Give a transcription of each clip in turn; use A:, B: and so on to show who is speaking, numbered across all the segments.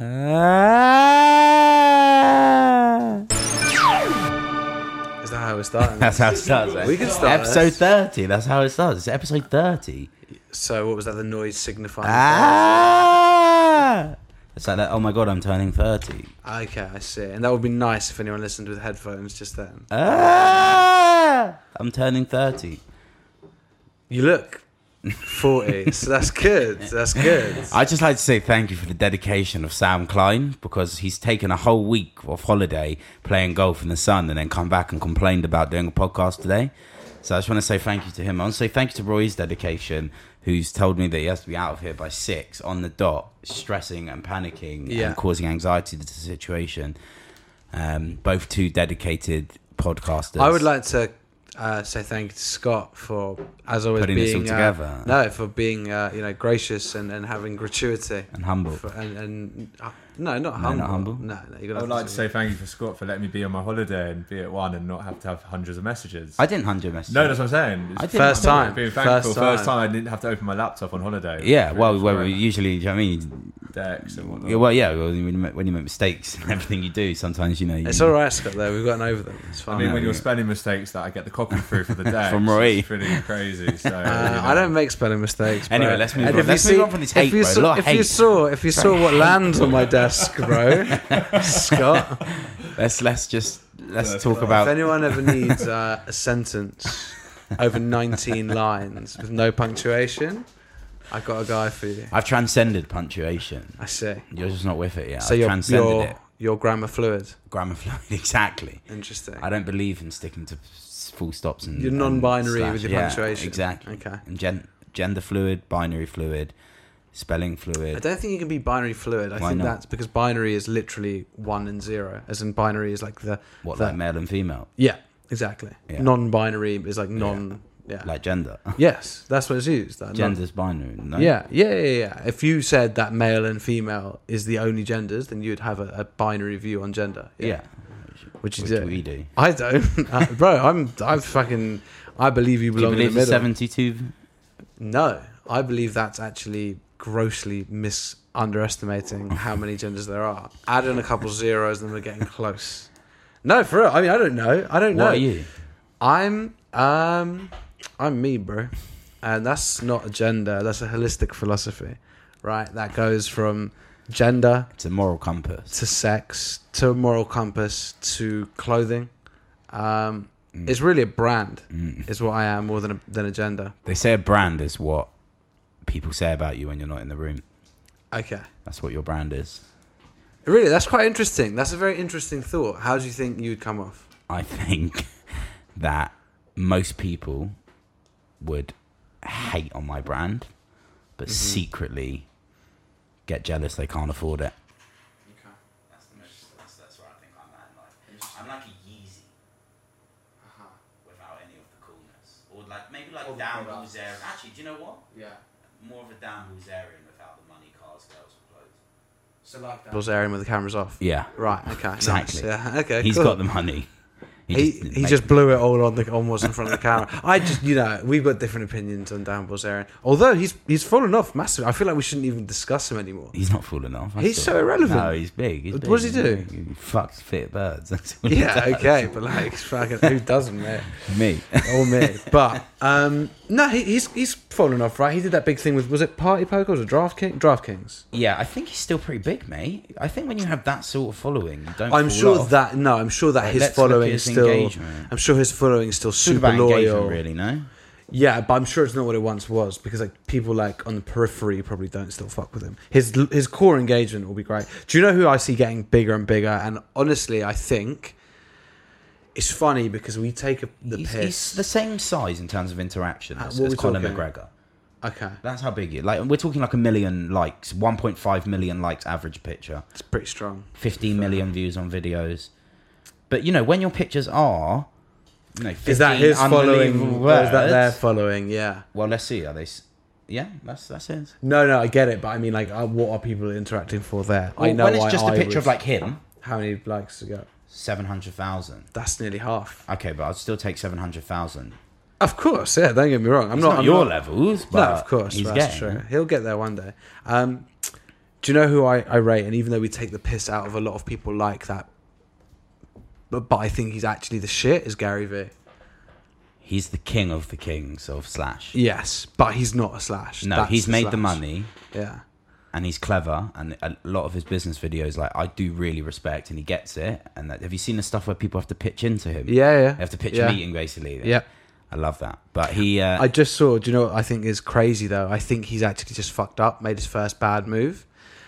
A: Ah!
B: starting.
A: That's how it starts. eh?
B: We can start
A: episode
B: this.
A: thirty. That's how it starts. It's episode thirty.
B: so what was that? The noise signifying.
A: Ah! It's like that. Oh my god, I'm turning thirty.
B: Okay, I see. And that would be nice if anyone listened with headphones just then.
A: Ah! I'm turning thirty.
B: You look 40, so that's good. That's good.
A: I'd just like to say thank you for the dedication of Sam Klein because he's taken a whole week of holiday playing golf in the sun and then come back and complained about doing a podcast today. So I just want to say thank you to him. I want to say thank you to Roy's dedication, who's told me that he has to be out of here by six on the dot, stressing and panicking
B: Yeah.
A: and causing anxiety to the situation. Um, both two dedicated podcasters.
B: I would like to uh, say thank you to Scott for, as always,
A: Putting this all
B: being uh,
A: together.
B: no, for being uh, you know gracious and, and having gratuity
A: and humble.
B: for, and, and uh, no, not
A: Oh. No,
B: humble.
A: not humble.
B: No, no, you're
C: I
B: gonna have
C: would like to
B: do-
C: say thank you for Scott for letting me be on my holiday and be at one and not have to have hundreds of messages.
A: I didn't hundred message.
C: no, that's what I'm saying. It's
A: I didn't-
B: First time.
C: Being
B: first
C: thankful, first time.
B: time.
C: I didn't have to open my laptop on holiday.
A: yeah, well,
C: It's
A: well,
C: all
A: we
C: right.
A: usually, do you know what I mean?
C: decks and whatnot.
A: Yeah, well, yeah. Well, when you make, when you make mistakes and everything you do, sometimes you know. You,
B: It's all right, Scott. Though we've gotten over them. It's fine.
C: I mean,
A: no,
C: when you're
A: yeah.
C: spelling mistakes, that I get the copy through for the day
A: From Roy.
C: it's pretty crazy. So
B: Uh, I don't make spelling mistakes.
A: Anyway,
B: bro.
A: let's move
B: And
A: on.
B: if you
A: Let's move on from this hate,
B: if you
A: bro. A
B: Saw,
A: lot of
B: if you
A: hate.
B: saw, if you saw what lands on my desk, bro, Scott.
A: let's let's just let's
C: Yeah,
A: talk
B: If
A: about.
B: anyone ever needs uh, a sentence over 19 lines with no punctuation, I got a guy for you.
A: I've transcended punctuation.
B: I see.
A: You're just not with it yet.
B: So
A: I've
B: you're,
A: transcended
B: you're,
A: it.
B: you're grammar fluid.
A: Grammar fluid, exactly.
B: Interesting.
A: I don't believe in sticking to s- full stops and.
B: You're
A: and
B: non-binary
A: slash-
B: with your
A: yeah,
B: punctuation.
A: Exactly.
B: Okay.
A: And gen- gender fluid, binary fluid, spelling fluid.
B: I don't think you can be binary fluid. I
A: Why
B: think
A: not?
B: that's because binary is literally one and zero, as in binary is like the
A: what
B: the-
A: like male and female,
B: yeah, exactly.
A: Yeah.
B: Non-binary is like non. Yeah.
A: like gender.
B: yes, that's what it's used. That non-
A: Gender's binary. No?
B: Yeah, yeah, yeah, yeah. If you said that male and female is the only genders, then you'd have a, a binary view on gender.
A: Yeah.
B: which you
A: Which
B: do.
A: we do.
B: I don't, Uh, bro. I'm, I'm fucking. I believe you
A: Do you
B: belong
A: believe
B: in the
A: in
B: middle.
A: 72?
B: No, I believe that's actually grossly mis underestimating how many genders there are. Add in a couple zeros, and we're getting close. No, for real. I mean, I don't know. I don't
A: What
B: know.
A: are you?
B: I'm um I'm me, bro. And that's not a gender, that's a holistic philosophy. Right? That goes from gender
A: It's a moral compass.
B: to sex to moral compass to clothing. Um
A: Mm.
B: it's really a brand is what I am more than a than a gender.
A: They say a brand is what people say about you when you're not in the room.
B: Okay.
A: That's what your brand is.
B: Really, that's quite interesting. That's a very interesting thought. How do you think you'd come off?
A: I think that most people would hate on my brand, but secretly get jealous they can't afford it. I'm like a Yeezy without any of the coolness, or like maybe like
B: Or the down products. Buzerian.
A: Actually, do you know what?
B: Yeah.
A: More of a down Bulzarian without the money, cars, girls, and clothes.
B: So like that. Bulzarian with the cameras off.
A: Yeah,
B: Right, okay. nice.
A: Exactly.
B: Yeah, okay.
A: he's
B: cool.
A: got the money.
B: He, he
A: makes-
B: just blew it all on the on what's in front of the camera. I just you know we've got different opinions on Dan Bilzerian. Although he's he's fallen off massively. I feel like we shouldn't even discuss him anymore.
A: He's not falling off. I
B: He's
A: saw
B: so
A: it.
B: irrelevant.
A: No, he's big. He's
B: What
A: big.
B: does he do?
A: He fucks fit birds. That's what he
B: Yeah,
A: does.
B: okay, but like fucking who doesn't mate?
A: Me.
B: All me. But um no, he, he's he's fallen off. Right, he did that big thing with was it Party Poker or DraftKings? DraftKings.
A: yeah, I think he's still pretty big, mate. I think when you have that sort of following, you don't.
B: I'm
A: fall
B: sure
A: off.
B: that no, I'm sure that
A: Like,
B: his
A: let's look at
B: following
A: his
B: is still.
A: engagement.
B: I'm sure his following is still
A: It's all
B: super
A: about
B: loyal.
A: engagement, really. No,
B: Yeah, but I'm sure it's not what it once was because like people like on the periphery probably don't still fuck with him. His his core engagement will be great. Do you know who I see getting bigger and bigger? And honestly, I think it's funny because we take a, the
A: he's, he's
B: piss.
A: the same size in terms of interaction
B: Uh,
A: as,
B: what
A: as
B: we
A: Conor
B: talking?
A: McGregor.
B: okay,
A: That's how big it. Like we're talking like a million likes, 1.5 million likes average picture.
B: it's pretty strong.
A: 15 million views on videos. But you know, when your pictures are, you know, 15
B: Is that his
A: unbelievable
B: following? Or is that
A: words-
B: their following? Yeah.
A: Well, let's see. Are they? s- Yeah, that's that's his.
B: No, no, I get it, but I mean, like, uh, what are people interacting for there? I
A: Well,
B: know
A: when it's
B: why
A: just a
B: I
A: picture of
B: would-
A: like him,
B: how many likes to go.
A: seven hundred thousand.
B: That's nearly half.
A: Okay, but I'd still take seven hundred thousand.
B: Of course, yeah. Don't get me wrong. I'm
A: It's
B: not,
A: not,
B: I'm
A: your
B: not-
A: levels, but
B: No, of course,
A: he's
B: that's
A: getting.
B: true. He'll get there one day. Um, do you know who I, I rate? And even though we take the piss out of a lot of people like that, but, but I think he's actually the shit is Gary Vee.
A: He's the king of the kings of Slash.
B: Yes, but he's not a slash.
A: No,
B: That's
A: he's made the
B: Slash.
A: money
B: Yeah.
A: and he's clever and a lot of his business videos like I do really respect and he gets it. And that, have you seen the stuff where people have to pitch into him?
B: Yeah, yeah.
A: They have to pitch
B: Yeah.
A: a meeting basically.
B: Yeah.
A: I love that. But he uh,
B: I just saw. Do you know what I think is crazy though? I think he's actually just fucked up, made his first bad move.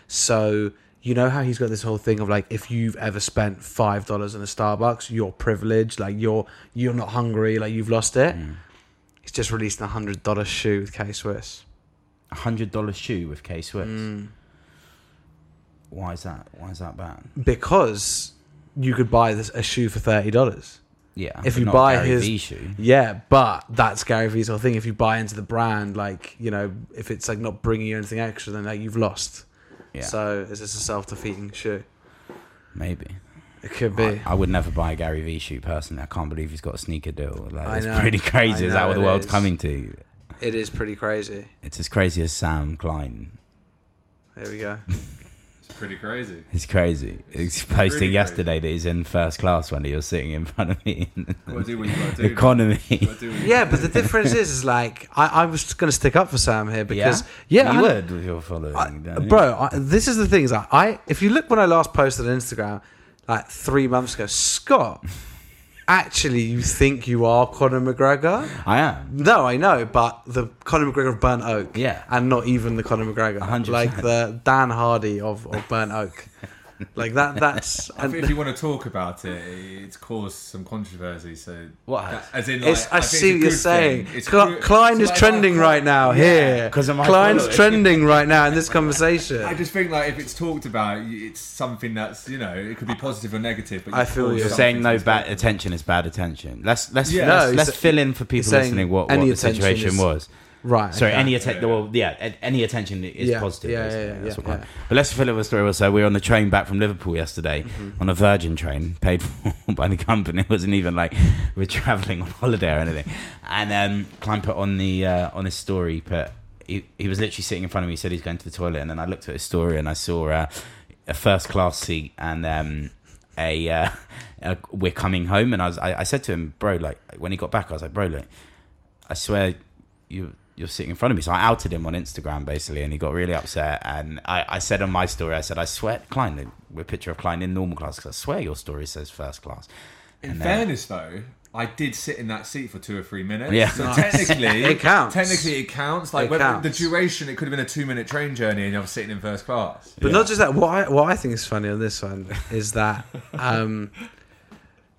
B: So you know how he's got this whole thing of like, if you've ever spent five dollars in a Starbucks, you're privileged. Like you're you're not hungry. Like you've lost it. He's just released a hundred dollar shoe with K Swiss.
A: a hundred dollar shoe with K Swiss.
B: Mm.
A: Why is that? Why is that bad?
B: because you could buy this a shoe for thirty dollars.
A: Yeah.
B: If
A: but
B: you
A: not
B: buy
A: Gary
B: his-
A: Vee shoe.
B: Yeah, but that's Gary Vee's whole thing. If you buy into the brand, like you know, if it's like not bringing you anything extra, then like you've lost.
A: Yeah.
B: So is this a self defeating shoe?
A: Maybe.
B: It could be.
A: I would never buy a Gary Vee shoe personally. I can't believe he's got a sneaker deal. Like,
B: I
A: it's
B: know.
A: pretty
B: I
A: crazy. Is that
B: know
A: what the
B: it
A: world's
B: is.
A: coming to?
B: It is pretty crazy.
A: It's as crazy as Sam Klein.
B: There we go.
C: It's pretty crazy.
A: It's crazy. He's
C: It's
A: posted
C: really
A: yesterday that he's in first class when he was sitting in front of me. in
C: Gotta do what you gotta do.
A: the economy.
C: Gotta do what you
B: Yeah,
C: gotta
B: but the
C: do.
B: difference is, is like I, I was going to stick up for Sam here because yeah,
A: you
B: I-
A: would with your following,
B: I-
A: don't you?
B: bro. I, this is the thing is like, I if you look when I last posted on Instagram like three months ago, Scott. Actually, you think you are Conor McGregor?
A: I am.
B: No, I know, but the Conor McGregor of Burnt Oak.
A: Yeah.
B: And not even the Conor McGregor.
A: 100%.
B: Like the Dan Hardy of, of Burnt Oak. like that, that's.
C: I think
B: And
C: if you want to talk about it, it's caused some controversy. So
A: What?
C: As in, like,
B: it's, I,
C: think it's
B: see
C: a
B: what you're
C: good
B: saying.
C: thing. It's
B: Cl-
C: good-
B: Klein
C: so
B: is
C: like,
B: trending
C: like,
B: right now here.
A: 'cause of my
B: Klein's
A: followers.
B: trending right now in this conversation.
C: I just think like if it's talked about, it's something that's you know it could be positive or negative. But
B: I feel
C: cause
B: you.
A: You're
C: something
A: saying
C: to
A: no
C: this
A: bad
C: person.
A: attention is bad attention. Let's let's
C: Yeah.
A: let's,
B: No,
A: let's
B: it's-
A: fill in for people
B: saying
A: listening what, what
B: any
A: the
B: attention
A: situation
B: is-
A: was.
B: right.
A: Sorry,
B: okay.
A: any attention. Well, yeah, a- any attention is
B: Yeah,
A: positive.
B: yeah,
A: basically.
B: yeah, yeah,
A: That's what
B: yeah.
A: mine- But let's fill it with a story. Also, we were on the train back from Liverpool yesterday
B: Mm-hmm.
A: on a Virgin train, paid for by the company. It wasn't even like we're traveling on holiday or anything. And um, Klein put on the uh, on his story, put he, he was literally sitting in front of me. He said he's going to the toilet, and then I looked at his story and I saw uh, a first class seat and. Um, a, uh, a we're coming home and I was I, I said to him bro like when he got back I was like bro like I swear you you're sitting in front of me. So I outed him on Instagram basically, and he got really upset. And I, I said on my story, I said, I swear, Klein, we're a picture of Klein in normal class because I swear your story says first class.
C: In
A: And, uh,
C: fairness, though, I did sit in that seat for two or three minutes.
A: Yeah.
C: So
B: Nice.
C: technically,
B: It counts.
C: Technically, it counts. Like
B: It
C: whether
B: counts.
C: the duration, it could have been a two-minute train journey, and I was sitting in first class.
B: But not just that. What I, what I think is funny on this one is that um,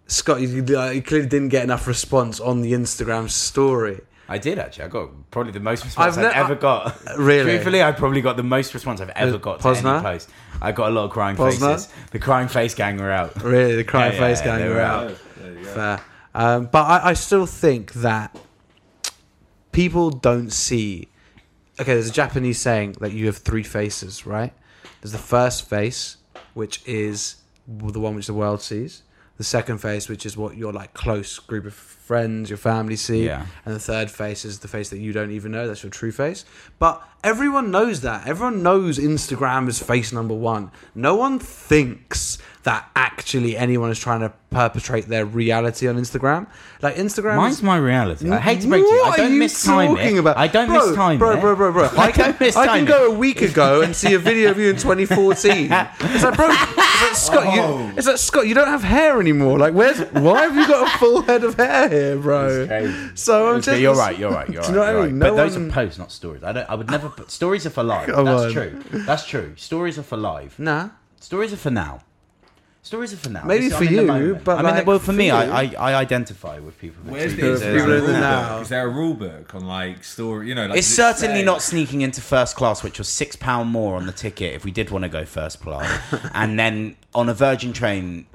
B: Scott, you, you uh, you clearly didn't get enough response on the Instagram story.
A: I did actually. I got probably the most response I've,
B: I've ne-
A: ever got.
B: Really?
A: Truthfully, I probably got the most response I've ever
B: Uh,
A: got to
B: Posner?
A: any post. I got a lot of crying
B: Posner?
A: faces. The crying face gang were out.
B: Really, the crying
A: Yeah, yeah,
B: face
A: yeah,
B: going
A: they were
B: around.
A: out.
C: Oh, there you go.
B: Fair. Um, but I, I still think that people don't see. Okay, there's a Japanese saying that you have three faces, right? There's the first face, which is the one which the world sees. The second face, which is what your like close group of friends, your family see,
A: Yeah.
B: and the third face is the face that you don't even know. That's your true face. But everyone knows that. Everyone knows Instagram is face number one. No one thinks that actually anyone is trying to perpetrate their reality on Instagram. Like Instagram.
A: Mine's
B: is-
A: my reality. I hate to break to you. I
B: What are
A: don't
B: you
A: miss time.
B: talking
A: it.
B: about?
A: I don't
B: bro,
A: miss time.
B: Bro,
A: it.
B: bro, bro, bro. I,
A: don't
B: can,
A: miss
B: I
A: time
B: can
A: it.
B: go a week ago and see a video of you in 2014. It's like, bro, it's like, Scott,
C: Oh.
B: you, it's like, Scott, you don't have hair anymore. Like, where's, why have you got a full head of hair here, bro? So I'm
A: Okay,
B: just.
A: you're right. You're right. You're
B: Do
A: right.
B: you know what I
A: you're
B: mean?
A: right. but
B: No
A: those
B: one-
A: are posts, not stories. I don't. I would never. Put, stories are for live.
B: Come
A: That's
B: on.
A: true. That's true. Stories are for live.
B: Nah.
A: Stories are for now. Stories are for now.
B: Maybe
A: So
B: for
A: I'm in the
B: you,
A: moment.
B: but
A: I mean,
B: like,
A: well, for,
B: for
A: me, I,
B: you-
A: I I identify with people. with
C: Where's
A: two
C: the
B: People
A: faces.
C: is
B: are
C: there,
B: people
C: a
B: in the
C: rule
B: now.
C: book? Is there a rule book on like story? You know, like
A: It's
C: does it
A: certainly
C: say-
A: not sneaking into first class, which was six pound more on the ticket if we did want to go first class, and then on a Virgin train.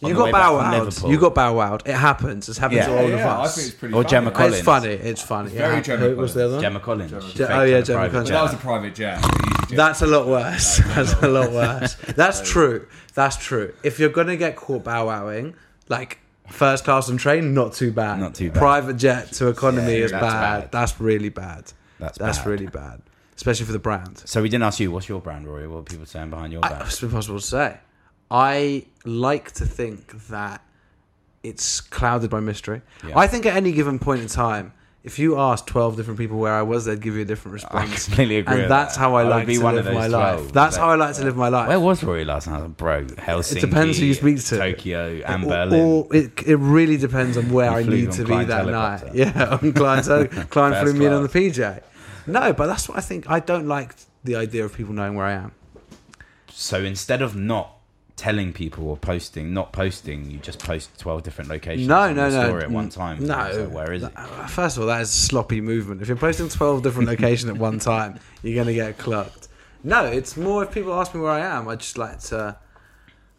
A: on
B: You
A: the way
B: got
A: back
B: bow
A: from
B: wowed.
A: Liverpool.
B: You got bow wowed. It happens. It's happened
A: Yeah.
B: to
C: Yeah,
B: all of
C: yeah, I
B: us.
C: think it's pretty.
A: Or
C: funny.
A: Gemma
B: And it's
A: Collins.
B: funny. It's funny.
C: very
B: it hap-
C: Gemma
B: Who was the other one?
A: Gemma Collins.
C: Gemma
A: She
C: Collins.
A: faked
B: Oh, yeah,
A: on a
B: Gemma
A: private
B: Collins.
A: jet.
C: Well, that was a private jet.
B: That's a lot worse. That's a lot worse. That's true. That's true. If you're gonna get caught bow wowing, like first class on train, not too bad.
A: Not too bad.
B: Private jet to economy
A: Yeah,
B: is
A: that's
B: bad.
A: bad.
B: That's really bad.
A: That's bad.
B: really bad, especially for the brand.
A: So we didn't ask you what's your brand, Rory. What are people saying behind your
B: I,
A: brand?
B: it's impossible to say. I like to think that it's clouded by mystery.
A: Yeah.
B: I think at any given point in time, if you asked twelve different people where I was, they'd give you a different
A: I
B: response.
A: completely agree. with
B: And that's
A: that.
B: how I,
A: would
B: like
A: be
B: to
A: one
B: live
A: of those
B: my
A: 12,
B: life. That's
A: but-
B: how I like to live my life.
A: Where was Rory last night? I was like, Bro, Helsinki.
B: depends who you speak to.
A: Tokyo and
B: Or-
A: Berlin.
B: or it, it really depends on where
A: You
B: I
A: flew
B: need
A: on
B: to be
A: Klein's
B: that
A: helicopter.
B: night. Yeah, on client client flew
A: First
B: me in on the
A: class.
B: PJ. No, but that's what I think. I don't like the idea of people knowing where I am.
A: So instead of not telling people or posting, not posting, you just post twelve different locations.
B: No,
A: on
B: no,
A: your
B: no.
A: Story at one time.
B: No,
A: So where is it?
B: Th- First of all, that is sloppy movement. If you're posting twelve different locations at one time, you're gonna get clocked. No, it's more if people ask me where I am. I just like to.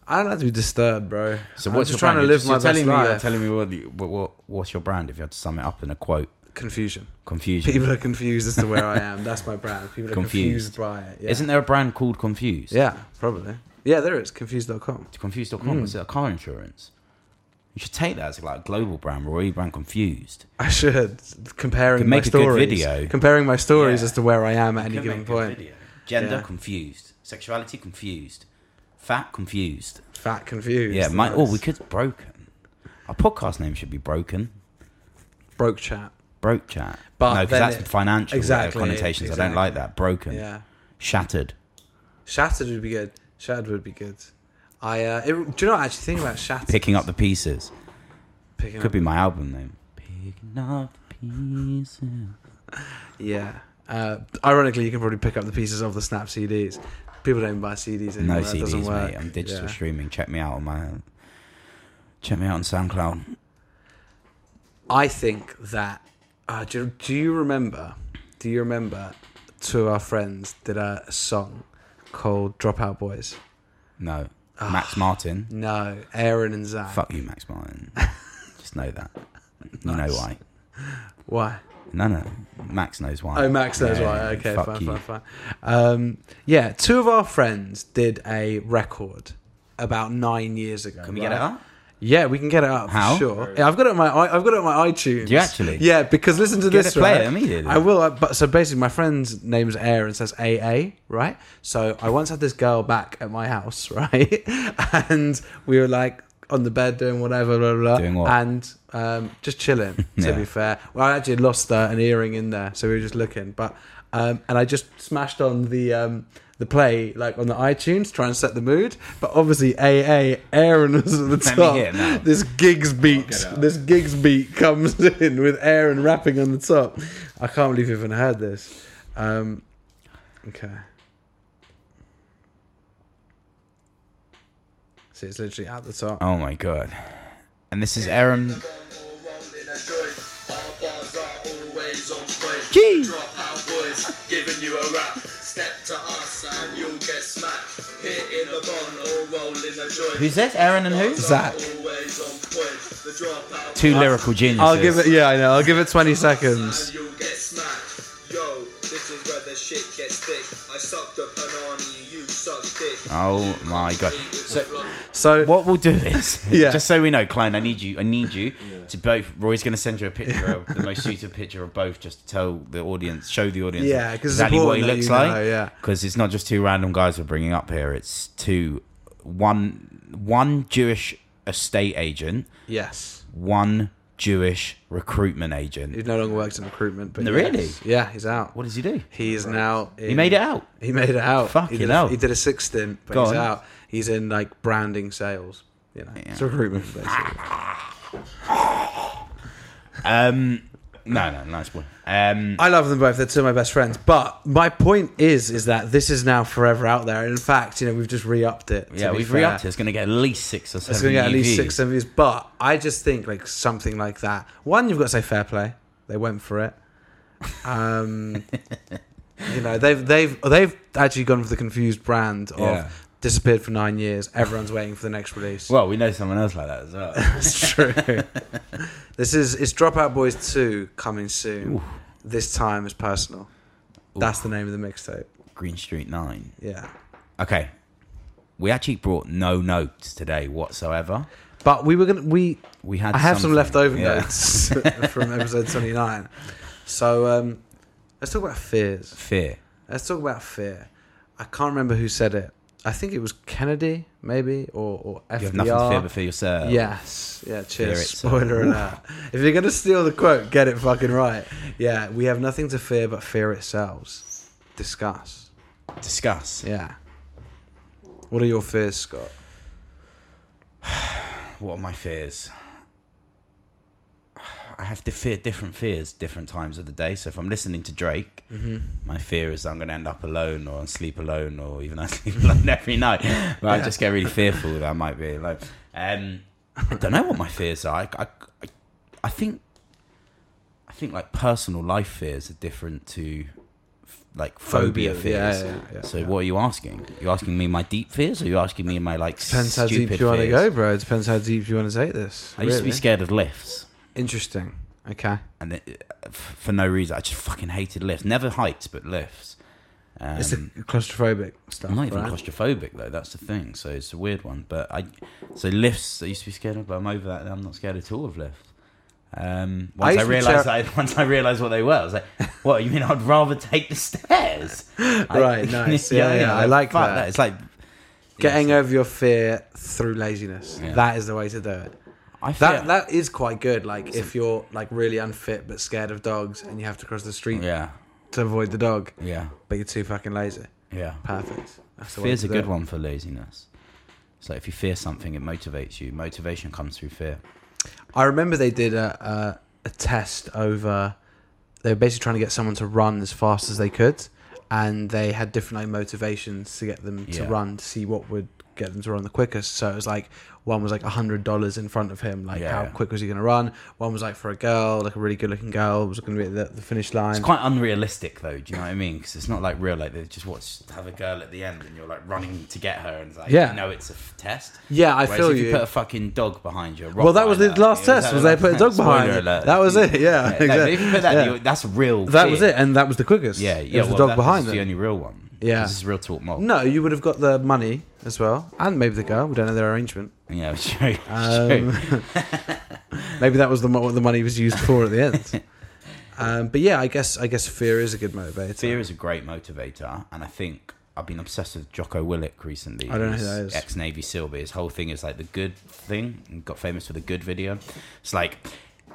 B: I don't like to be disturbed, bro.
A: So
B: I'm
A: what's
B: just
A: your
B: trying
A: brand?
B: to
A: You're
B: live
A: just-
B: my
A: you're
B: best
A: telling me, You're
B: life?
A: telling me what, the- what, what what's your brand? If you had to sum it up in a quote,
B: Confusion.
A: confusion.
B: People are confused as to where I am. That's my brand. People are confused,
A: Confused.
B: by it. Yeah.
A: Isn't there a brand called Confused?
B: Yeah, probably. Yeah, there it is. Confused.com.
A: Confused.com. Is
B: Mm.
A: it a car insurance? You should take that as like a global brand, Rory brand Confused.
B: I should comparing
A: Could make
B: my
A: a good
B: stories.
A: video.
B: Comparing my stories
A: Yeah.
B: as to where I am at any given point.
A: Gender
B: Yeah.
A: confused. Sexuality confused. Fat confused.
B: Fat confused.
A: Yeah, my,
B: Nice.
A: oh, we could broken. Our podcast name should be broken.
B: broke chat.
A: Broke chat.
B: But
A: no,
B: then
A: because that's
B: it-
A: financial uh,
B: exactly,
A: connotations. I don't
B: exactly.
A: like that. Broken.
B: Yeah,
A: Shattered.
B: shattered would be good. Shattered would be good. I uh, it, do you know what I actually think about shattered?
A: Picking up the pieces.
B: Picking
A: Could
B: up.
A: be my album name. Picking up the pieces.
B: Yeah. Uh, ironically, you can probably pick up the pieces of the Snap CDs. People don't buy CDs anymore.
A: No
B: that doesn't
A: CDs,
B: work.
A: mate. I'm digital
B: Yeah.
A: streaming. Check me out on my. Check me out on SoundCloud.
B: I think that. Uh, do, do you remember? Do you remember? Two of our friends did a song called "Dropout Boys."
A: No,
B: Ah.
A: Max Martin.
B: No, Aaron and Zach.
A: Fuck you, Max Martin. Just know that. You know
B: Nice.
A: why.
B: Why?
A: No, no. Max knows why.
B: Oh, Max knows
A: Yeah,
B: why.
A: yeah,
B: Okay,
A: fuck
B: fine,
A: you.
B: fine, fine. Um, yeah, two of our friends did a record about nine years ago.
A: Can we get it up?
B: Yeah, we can get it up
A: How?
B: for sure. Yeah, I've got it on my i- I've got it on my iTunes.
A: Do you actually?
B: Yeah, because listen to
A: Get
B: this.
A: it, play
B: right?
A: it immediately.
B: I will. uh, But so basically, my friend's name is Aaron. Says AA, right? So I once had this girl back at my house, right? and we were like on the bed doing whatever, blah blah, blah
A: Doing what?
B: and um, just chilling. To
A: Yeah.
B: be fair, well, I actually lost uh, an earring in there, so we were just looking. But um, and I just smashed on the um, the play like on the iTunes, trying to set the mood. But obviously, AA Aaron was at the
A: Let me
B: top.
A: hear it now.
B: This gigs beat,
C: I'll get out.
B: this gigs beat comes in with Aaron rapping on the top. I can't believe you haven't heard this. Um, okay. See, it's literally at the top.
A: Oh my god. And this is Aaron.
D: Gee. Drop out boys, giving you a rap. Step to us and you'll get smacked. Hit in a bun or roll in a joint.
A: Who's this? Aaron and who?
B: Zach.
D: Always on point. The dropout
A: Two lyrical geniuses.
B: I'll give it. Yeah, I know. I'll give it twenty seconds.
D: and you'll get smacked. Yo, this is where the shit gets thick. I sucked a panani, you sucked dick.
A: Oh my god. So
B: So
A: what we'll do is,
B: Yeah.
A: just so we know, Klein, I need you. I need you to both. Roy's going to send you a picture of the most suited picture of both, just to tell the audience, show the audience,
B: Yeah, 'cause it's
A: exactly what he
B: important that
A: looks
B: you
A: like.
B: know, yeah.
A: because it's not just two random guys we're bringing up here. It's two, one, one Jewish estate agent,
B: yes,
A: one Jewish recruitment agent.
B: he no longer works in recruitment. But
A: No,
B: yes.
A: really?
B: yeah, he's out.
A: What does he do?
B: He is now. In,
A: He made it out.
B: He made it out.
A: Fucking
B: he did a,
A: hell.
B: He did a six stint, but
A: Go
B: he's
A: on.
B: out. He's in like branding sales. You know, it's
A: Yeah.
B: recruitment. Basically.
A: Um, no, no, nice boy. Um,
B: I love them both. They're two of my best friends. But my point is, is that this is now forever out there. In fact, you know, we've just re-upped it. to
A: yeah,
B: be
A: we've
B: fair.
A: re-upped it. It's going to get at least six or seven.
B: It's going to get at least
A: EVs.
B: six, seven views. But I just think like something like that. One, you've got to say fair play. They went for it. Um, you know, they've they've they've actually gone for the confused brand of
A: Yeah.
B: disappeared for nine years. Everyone's waiting for the next release.
A: Well, we know someone else like that as well.
B: That's true. this is it's Dropout Boys two coming soon. This time is personal. That's the name of the mixtape.
A: Green Street Nine.
B: Yeah.
A: Okay, we actually brought no notes today whatsoever.
B: But we were gonna we
A: We had.
B: I have some
A: something.
B: leftover
A: Yeah.
B: notes from episode 29. So um, let's talk about fears.
A: Fear.
B: Let's talk about fear. I can't remember who said it, I think it was Kennedy, maybe, or, or FDR.
A: You have nothing to fear but fear yourself.
B: Yes. Yeah. Cheers.
A: it, so-
B: Spoiler alert. if you're gonna steal the quote, get it fucking right. Yeah. We have nothing to fear but fear itself. Discuss.
A: Discuss.
B: Yeah. What are your fears, Scott?
A: What are my fears? I have to fear different fears different times of the day. So if I'm listening to Drake,
B: Mm-hmm.
A: my fear is I'm going to end up alone or sleep alone or even I sleep alone every night. But I just get really fearful that I might be alone. Um, I don't know what my fears are. I, I, I think, I think like personal life fears are different to f- like phobia,
B: Phobia, yeah,
A: fears.
B: yeah, yeah,
A: so what are you asking? You asking me my deep fears or you asking me my like
B: Depends how
A: stupid
B: deep you want to
A: fears?
B: go, bro. It depends how deep you want to take this.
A: I used to be
B: really.
A: scared of lifts,
B: Interesting. Okay.
A: and it, f- for no reason. I just fucking hated lifts. Never heights, but lifts. Um,
B: It's the claustrophobic stuff.
A: I'm not even
B: right?
A: claustrophobic though. That's the thing. So it's a weird one. But I, so lifts. I used to be scared of, but I'm over that. now. I'm not scared at all of lifts. Um, once
B: used
A: I,
B: to be
A: realized,
B: ter-
A: I, once I realized what they were, I was like, "What you mean? I'd rather take the stairs." I-
B: Right, nice. Yeah, yeah, I like
A: fuck
B: that.
A: It's like
B: Getting
A: yeah,
B: over your fear through laziness.
A: Yeah.
B: That is the way to do it.
A: I feel,
B: That that is quite good. Like if you're like really unfit but scared of dogs and you have to cross the street
A: yeah,
B: to avoid the dog,
A: yeah,
B: but you're too fucking lazy.
A: yeah.
B: Perfect. That's the way
A: Fear's
B: to
A: a
B: do
A: good
B: it.
A: one for laziness. It's like if you fear something, it motivates you. Motivation comes through fear.
B: I remember they did a, a a test over. They were basically trying to get someone to run as fast as they could, and they had different like motivations to get them to
A: Yeah.
B: run to see what would get them to run the quickest. So it was like one was like a hundred dollars in front of him, like
A: Yeah,
B: how
A: yeah.
B: quick was he going to run? One was like for a girl, like a really good looking girl, was going to be at the, the finish line.
A: It's quite unrealistic, though. Do you know what I mean? Because it's not like real. Like they just watch have a girl at the end, and you're like running to get her, and it's like,
B: Yeah.
A: you know, it's a f- test.
B: Yeah, I
A: Whereas
B: feel
A: if you.
B: you.
A: put a fucking dog behind you. a
B: Well, that was
A: Rottweiler,
B: the last
A: you know,
B: test,
A: that
B: was
A: the
B: they
A: last
B: put a
A: test?
B: dog behind
A: Spoiler
B: you.
A: alert.
B: That was it, yeah,
A: no, but if you put that,
B: exactly.
A: you're- that's real.
B: that
A: fear.
B: was it, and that was the quickest.
A: Yeah, yeah.
B: it was
A: well,
B: the dog
A: that-
B: behind
A: that's the
B: them.
A: only real one.
B: Yeah.
A: this is real talk mob.
B: No, you would have got the money as well, and maybe the girl. We don't know their arrangement.
A: Yeah, it's true. It's true.
B: Um, maybe that was the mo- what the money was used for at the end. Um, but yeah, I guess I guess fear is a good motivator.
A: Fear is a great motivator, and I think I've been obsessed with Jocko Willick recently.
B: I don't know who
A: who's
B: that is.
A: Ex-Navy SEAL, but his whole thing is like the good thing. And got famous for the good video. It's like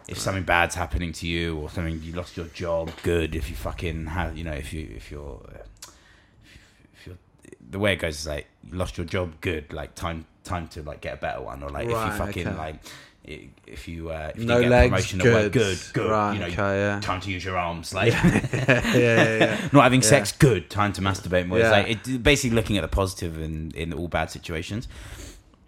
A: if something bad's happening to you or something you lost your job, good. If you fucking have, you know, if you if you're if you're the way it goes is like you lost your job, good. Like time time to like get a better one, or like if
B: Right,
A: you fucking
B: okay.
A: like. i- If you uh, if you
B: No
A: didn't get
B: legs,
A: a promotion at work,
B: good.
A: good, good.
B: Right,
A: you know,
B: okay, yeah.
A: time to use your arms, like
B: yeah, yeah, yeah.
A: not having sex good time to masturbate more
B: Yeah.
A: it's like it, basically looking at the positive in in all bad situations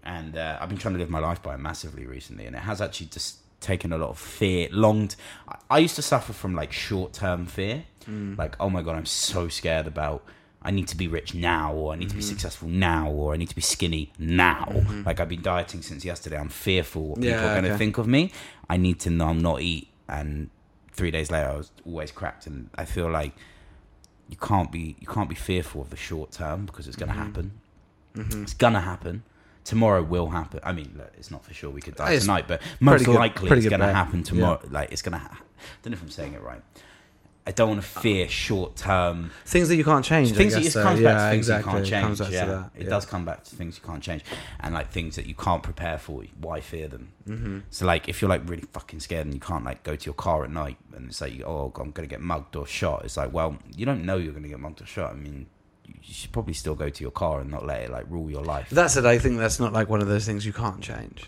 A: and uh, i've been trying to live my life by it massively recently and it has actually just taken a lot of fear long t- I- I used to suffer from like short-term fear
B: Mm.
A: like oh my god i'm so scared about I need to be rich now, or I need
B: Mm-hmm.
A: to be successful now, or I need to be skinny now. Like I've been dieting since yesterday. I'm fearful what people
B: Yeah,
A: are going to
B: okay.
A: think of me. I need to know I'm not eat. And three days later, I was always cracked. And I feel like you can't be you can't be fearful of the short term because it's going to
B: Mm-hmm.
A: happen. It's going to happen. Tomorrow will happen. I mean, look, it's not for sure we could die
B: It's
A: tonight, but most
B: good-
A: likely
B: pretty
A: it's
B: good
A: going to
B: bet.
A: happen tomorrow. Like it's going to. Ha- I don't know if I'm saying it right. I don't want to fear short term
B: Things that you can't change.
A: things.
B: I
A: It
B: guess,
A: just
B: though.
A: comes
B: yeah,
A: back to things
B: exactly.
A: you can't
B: It
A: change.
B: comes back
A: yeah.
B: to that.
A: It
B: yeah.
A: does come back to things you can't change, and like things that you can't prepare for. Why fear them? Mm-hmm. So like, if you're like really fucking scared and you can't like go to your car at night, and it's like, oh, I'm gonna get mugged or shot. It's like, well, you don't know you're gonna get mugged or shot. I mean, you should probably still go to your car and not let it like rule your life.
B: That said, I think that's not like one of those things you can't change.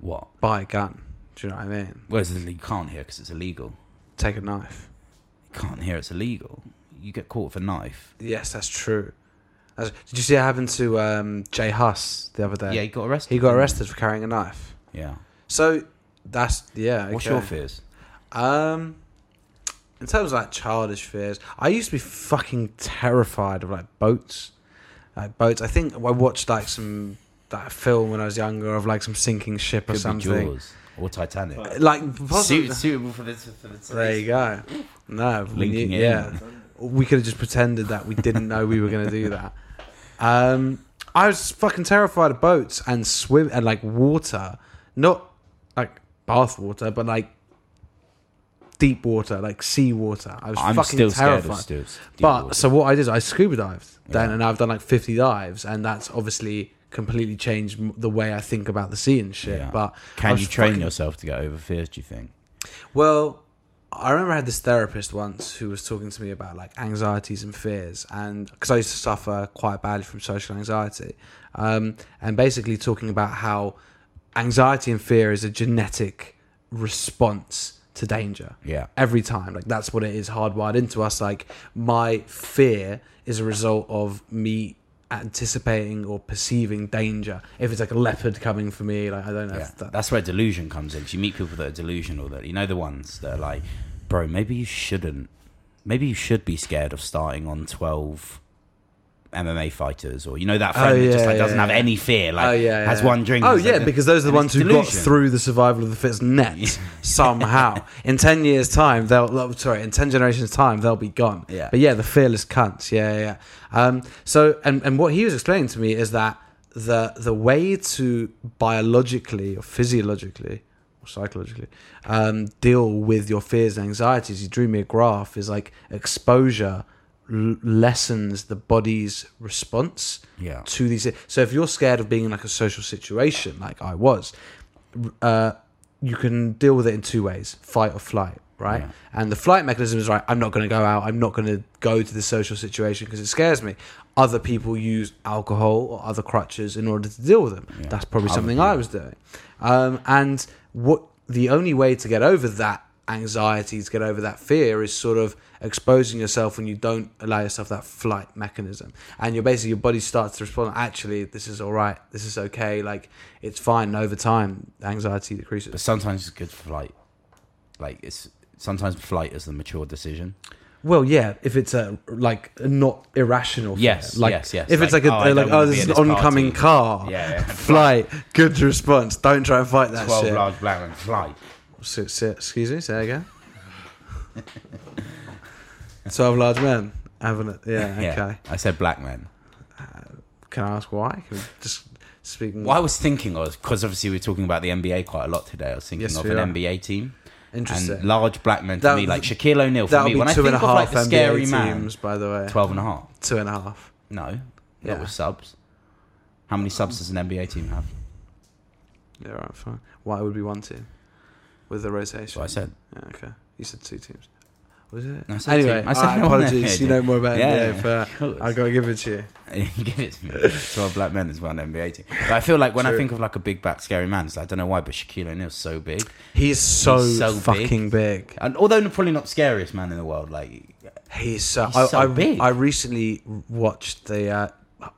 A: what?
B: Buy a gun. Do you know what I mean?
A: Whereas you can't hear because it's illegal.
B: Take a knife.
A: You can't hear it's illegal. You get caught with a knife.
B: Yes, that's true. That's, did you see it happened to um, Jay Huss the other day?
A: Yeah, you got arrested.
B: he got arrested for carrying a knife.
A: Yeah.
B: So that's yeah. Okay.
A: What's your fears?
B: Um, in terms of like childish fears, I used to be fucking terrified of like boats, like boats. I think I watched like some that film when I was younger of like some sinking ship or
A: Could be
B: something,
A: Jaws or Titanic.
B: like
A: Suit-
B: possibly.
A: suitable for this. For this
B: There you go. No, we
A: Linking
B: knew-
A: it
B: yeah, we could have just pretended that we didn't know we were going to do that. Um, I was fucking terrified of boats and swim and like water, not like bath water, but like deep water, like sea water. I was
A: I'm
B: fucking
A: still scared of
B: terrified.
A: stu- deep
B: but
A: water.
B: so what I did is I scuba dived then, and I've done like 50 dives, and that's obviously completely changed m- the way I think about the sea and shit.
A: Yeah.
B: But I
A: can
B: was
A: you train
B: fucking-
A: yourself to get over fears? Do you think?
B: Well, I remember I had this therapist once who was talking to me about like anxieties and fears, and because I used to suffer quite badly from social anxiety, um, and basically talking about how anxiety and fear is a genetic response to danger.
A: Yeah.
B: Every time, like that's what it is hardwired into us. Like my fear is a result of me anticipating or perceiving danger. If it's like a leopard coming for me, like I don't know.
A: Yeah,
B: If that,
A: that's where delusion comes in. 'cause You meet people that are delusional. That you know the ones that are like, bro, maybe you shouldn't. Maybe you should be scared of starting on twelve MMA fighters, or you know that friend that just
B: Oh, yeah,
A: like doesn't
B: yeah,
A: have
B: yeah.
A: any fear, like
B: oh yeah,
A: has
B: yeah.
A: one drink.
B: Oh
A: is
B: yeah,
A: like-
B: because those are the
A: and
B: ones
A: it's
B: who got
A: delusion.
B: through the survival of the fittest net somehow. in ten years' time, they'll well, sorry, in ten generations' time, they'll be gone.
A: Yeah.
B: But yeah, the fearless cunts. Yeah, yeah. yeah. Um, so and and what he was explaining to me is that the the way to biologically or physiologically or psychologically um, deal with your fears and anxieties. He drew me a graph. Is like exposure. L- lessens the body's response
A: Yeah.
B: to these. So if you're scared of being in like a social situation, like I was, uh, you can deal with it in two ways: fight or flight, right? And the flight mechanism is right. I'm not going to go out. I'm not going to go to the social situation because it scares me. Other people use alcohol or other crutches in order to deal with them. That's probably something I was doing. Um, and what the only way to get over that anxiety, to get over that fear, is sort of exposing yourself when you don't allow yourself that flight mechanism, and your basically your body starts to respond. Actually, this is all right. This is okay. Like it's fine. And over time, anxiety decreases.
A: But sometimes it's good flight. Like it's sometimes flight is the mature decision.
B: Well, yeah, if it's a like a not irrational. fear.
A: Yes,
B: like,
A: yes, yes.
B: If it's
A: Like,
B: like
A: oh, I
B: a
A: don't
B: like
A: wanna
B: oh,
A: be at
B: this is an
A: this party.
B: oncoming car.
A: Yeah, yeah.
B: Flight. Good response. Don't try and fight that
A: Twelve
B: shit.
A: large black and flight.
B: S- s- excuse me. Say that again. Twelve large men. Having it. Yeah.
A: Yeah,
B: Okay.
A: I said black man.
B: Can I ask why? Can we just speak. more-
A: What I was thinking was because obviously we are talking about the NBA quite a lot today. I was thinking
B: Yes,
A: of
B: we
A: an
B: are.
A: NBA team.
B: Interesting.
A: And large black men to
B: That-
A: me, like Shaquille O'Neal for
B: That'll
A: me.
B: be
A: When I
B: two
A: think
B: and a
A: of like
B: half
A: the
B: NBA
A: scary
B: teams,
A: man,
B: by the way.
A: 12 and a half.
B: Two and a half.
A: No,
B: Yeah.
A: not with subs. How many subs does an NBA team have?
B: Yeah, all right, fine. Why would be one team with the
A: That's
B: rotation?
A: what I said.
B: Yeah, okay. You said two teams. Was it?
A: No, I said
B: anyway,
A: two. I said
B: alright,
A: no one
B: apologies.
A: had
B: You
A: two.
B: know more about
A: Yeah,
B: yeah,
A: yeah,
B: but
A: of course.
B: I gotta give it to you.
A: Give it to me. 12 black men is one NBA team. But I feel like when I
B: True.
A: think of like a big back scary man, it's like, I don't know why, but Shaquille O'Neal's so big.
B: He's so,
A: He's so big.
B: fucking big.
A: And although probably not scariest man in the world, like
B: He's so.
A: He's
B: I,
A: so
B: I,
A: big.
B: I recently watched the uh,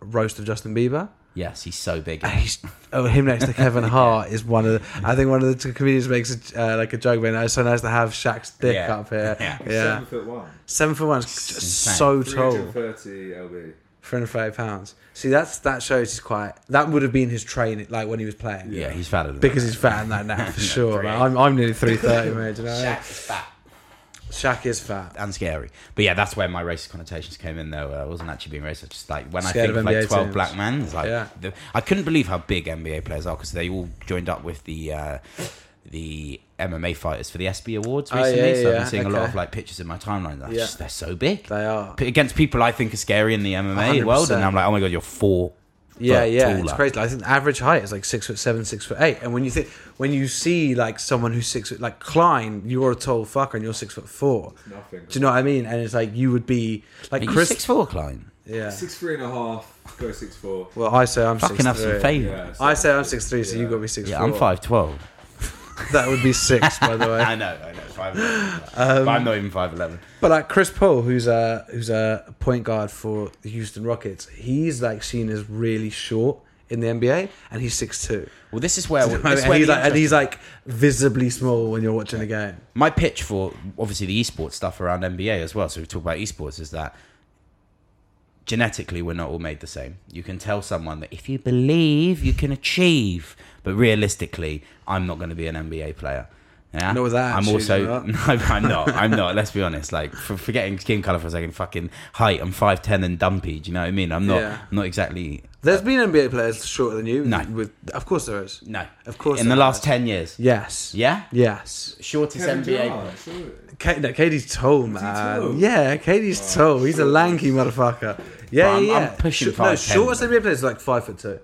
B: roast of Justin Bieber.
A: yes, he's so big.
B: And he's oh, him next to Kevin Hart is one of the. I think one of the two comedians makes a, uh, like a joke. Man, it's so nice to have Shaq's dick
A: Yeah.
B: up here.
A: Yeah.
B: Yeah,
C: Seven foot one.
B: seven foot one's just
A: insane.
B: so tall.
C: 330 LB.
B: 305 pounds. See, that's that shows he's quite. That would have been his training, like when he was playing.
A: Yeah, he's fatter than
B: because he's fat in that now for sure.
A: great.
B: man. I'm, I'm nearly 330, mate. Do you know what I mean?
A: Shaq's fat.
B: Shaq is fat.
A: and scary. But yeah, that's where my racist connotations came in. Though Uh, I wasn't actually being racist. Just like when
B: Scared
A: I think
B: of
A: of like
B: NBA
A: twelve
B: teams.
A: black men, it's like
B: Yeah.
A: the, I couldn't believe how big NBA players are because they all joined up with the uh, the MMA fighters for the SB Awards
B: Oh, yeah,
A: recently. so I've
B: yeah,
A: been seeing a lot
B: okay.
A: of like pictures in my timeline. Like,
B: Yeah.
A: just, they're so big.
B: They are.
A: P- against people I think are scary in the MMA world, and
B: 100%.
A: I'm like, oh my god, you're four.
B: Yeah,
A: foot
B: yeah, it's
A: taller.
B: crazy. I think the average height is like six foot seven, six foot eight. And when you think, when you see like someone who's six foot, like Klein, you're a tall fucker and you're six foot four.
C: Nothing.
B: Do you know what I mean? And it's like you would be like
A: Are you
B: Chris.
A: six four, Klein?
B: yeah.
C: Six three and a half, go six four.
B: Well, I say I'm
A: Fucking
B: six
A: have some
B: three.
A: favour.
C: Yeah,
A: Yeah,
B: I say I'm six three, so you
C: Yeah.
B: got to be six.
A: I'm
B: four.
A: five twelve.
B: That would be six, by the way.
A: I know, I know, five.
B: Um,
A: but I'm not even five eleven.
B: But like Chris Paul, who's a who's a point guard for the Houston Rockets, he's like seen as really short in the NBA, and he's six two.
A: Well, this is where this
B: And
A: is where
B: he's
A: the
B: like, and he's
A: interesting-
B: like visibly small when you're watching the game.
A: my pitch for obviously the esports stuff around NBA as well. So we talk about esports is that genetically we're not all made the same. You can tell someone that if you believe, you can achieve, but realistically, I'm not going to be an NBA player. Yeah,
B: Not with that
A: I'm
B: attitude,
A: also
B: you're
A: no, I'm not. I'm not. Let's be honest. Like for forgetting skin color for a second, fucking height. I'm five ten and dumpy. Do you know what I mean? I'm not.
B: Yeah.
A: I'm not exactly
B: There's been NBA players shorter than you.
A: No.
B: With, of course there is.
A: No,
B: Of course
A: In the
B: there
A: last ten years,
B: Yes.
A: yeah,
B: Yes.
A: shortest NBA.
B: K- no, Katie's tall, man.
C: tall?
B: Yeah, Katie's tall. He's a lanky motherfucker. Yeah,
A: Oh, I'm-
B: yeah.
A: I'm
B: yeah.
A: pushing
B: No,
A: 5'10".
B: shortest NBA player is like five foot two,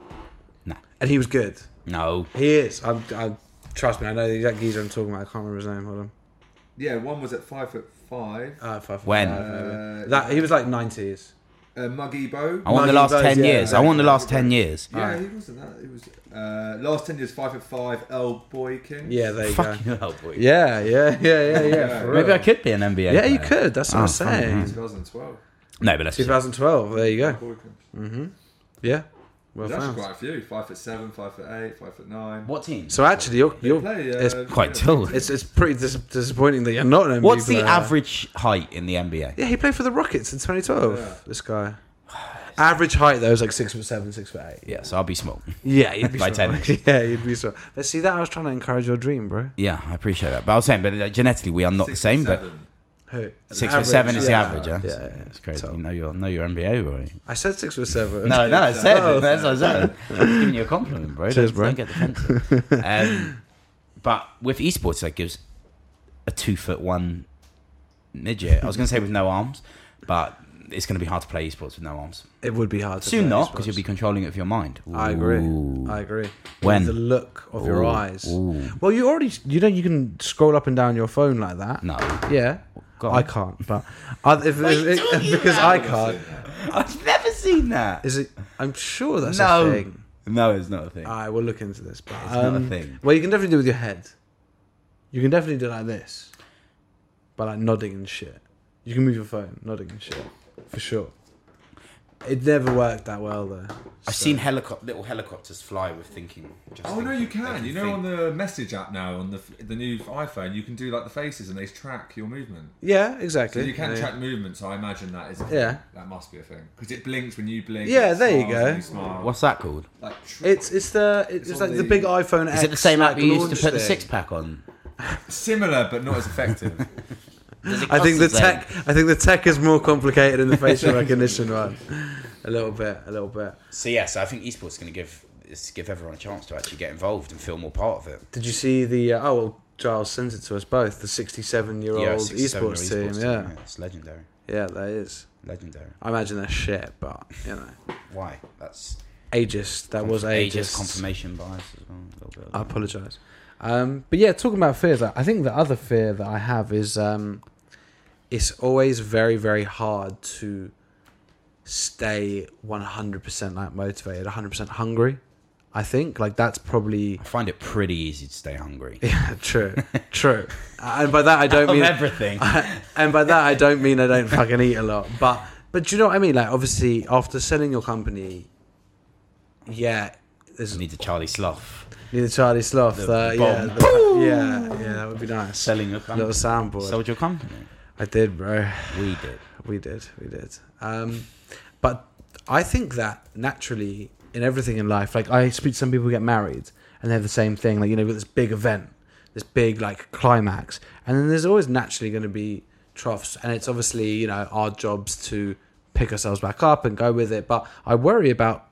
A: No,
B: and he was good.
A: no,
B: He is. I'm, I trust me. I know the exact geezer I'm talking about. I can't remember his name. Hold on.
E: Yeah, one was at five foot five.
B: Uh, five foot
A: When?
B: five, maybe. Uh, that he was like nineties.
E: Uh, Muggy Bo.
A: I want the
B: Nugget
A: last
B: Buzz,
A: ten
B: yeah.
A: years. I want the last ten years.
E: yeah, he wasn't that. He was uh, last ten years five foot five. L Boy King.
B: Yeah, there you
A: Fucking
B: go.
A: hell, boy.
B: Yeah, yeah, yeah, yeah, yeah. for
A: Maybe
B: real.
A: I could be an NBA.
B: Yeah, you
A: player.
B: could. That's what
A: Oh,
B: I'm
A: fuck,
B: saying.
E: 2012.
A: No, but that's
B: 2012. There you go.
E: Boy King.
B: Yeah. Well
E: There's actually
B: found.
E: quite a few. Five foot seven, five foot eight, five foot nine.
A: what team?
B: So actually, you're,
E: They
B: you're
E: play, uh,
B: it's
A: Quite
E: yeah,
A: tall.
B: it's it's pretty dis- disappointing that you're not an NBA
A: What's the
B: player.
A: average height in the NBA?
B: uh, Yeah, he played for the Rockets in 2012.
E: Yeah.
B: This guy. Average height though is like six foot seven, six foot eight.
A: Yeah, so I'll be small.
B: Yeah, you'd be
A: By
B: small.
A: 10.
B: Yeah, you'd be so. But see, that I was trying to encourage your dream, bro.
A: Yeah, I appreciate that. But I was saying, but uh, genetically we are not
E: six
A: the same. But
E: foot seven.
B: Who?
A: six
B: Average,
A: foot seven is the
B: yeah.
A: average. Yeah,
B: Yeah, yeah,
A: it's crazy.
B: so-
A: You know your know your NBA, boy.
B: I said six foot seven.
A: No, no, I said
B: Oh.
A: it. That's what I said. I'm giving you a compliment, bro.
B: Cheers,
A: don't,
B: bro.
A: don't get defensive. um, but with esports, that gives a two foot one midget. I was going to say with no arms, but it's going to be hard to play esports with no arms.
B: It would be hard. To
A: Soon
B: play
A: not,
B: esports.
A: because you'll be controlling it with your mind.
B: I agree.
A: Ooh.
B: I agree.
A: When?
B: the look of your
A: Ooh.
B: eyes.
A: Ooh.
B: Well, you already you know you can scroll up and down your phone like that.
A: No.
B: Yeah.
A: Go on.
B: I can't, but I, if, if,
A: you talking
B: because
A: about?
B: I can't.
A: I've never seen that.
B: Is it? I'm sure that's a
A: no.
B: thing.
A: No, it's not a thing.
B: I will look into this. But,
A: not a
B: um,
A: thing.
B: Well, you can definitely do with your head. You can definitely do like this, by like nodding and shit. You can move your phone, nodding and shit, for sure. It never worked that well though.
A: I've seen helicopter, little helicopters fly with thinking. Just
E: Oh
A: thinking.
E: no, you
A: They
E: can. You know,
A: think.
E: on the message app now, on the f- the new iPhone, you can do like the faces, and they track your movement.
B: Yeah, exactly.
E: So you can
B: yeah.
E: track movement. So I imagine that is. A thing.
B: Yeah.
E: That must be a thing because it blinks when you blink.
B: Yeah,
E: it
B: there you
E: smiles
B: go.
E: when You smile.
A: What's that called?
E: Like, tr-
B: It's it's the it's,
E: on
B: like the,
E: the-
B: big iPhone.
A: Is it the same app you used to put the six pack on?
E: similar but not as effective.
B: I think the tech. I think the tech is more complicated in the facial recognition one. A little bit, a little bit.
A: So yes, I think esports is going to give is give everyone a chance to actually get involved and feel more part of it.
B: Did you see the? Uh, oh well, Giles sent it to us both. The sixty-seven-year-old
A: Yeah, 67
B: esports, team.
A: esports
B: Yeah,
A: it's legendary,
B: yeah, that is.
A: legendary.
B: I imagine they're shit, but you know,
A: Why? That's
B: ageist. That was ageist.
A: ages confirmation bias as well. A little bit.
B: I apologise. Um, but yeah, talking about fears, I I think the other fear that I have is um, it's always very, very hard to stay 100% like motivated, 100% hungry. I think like that's probably
A: I find it pretty easy to stay hungry.
B: yeah, true, true. and by that I don't
A: Of
B: mean
A: everything.
B: and by that I don't mean I don't fucking eat a lot, but but do you know what I mean? Like obviously after selling your company, yeah, there's
A: I need the Charlie Slough
B: Need the Charlie Sloth.
A: The-
B: uh,
A: the
B: yeah,
A: bomb.
B: the- yeah, yeah, that would be nice.
A: selling your
B: little
A: company.
B: soundboard.
A: Sold your company.
B: I did, bro.
A: We did.
B: We did, we did. Um, but I think that naturally in everything in life, like I speak to some people who get married and they have the same thing, like you know, we've got this big event, this big like climax, and then there's always naturally going to be troughs, and it's obviously you know our jobs to pick ourselves back up and go with it. But I worry about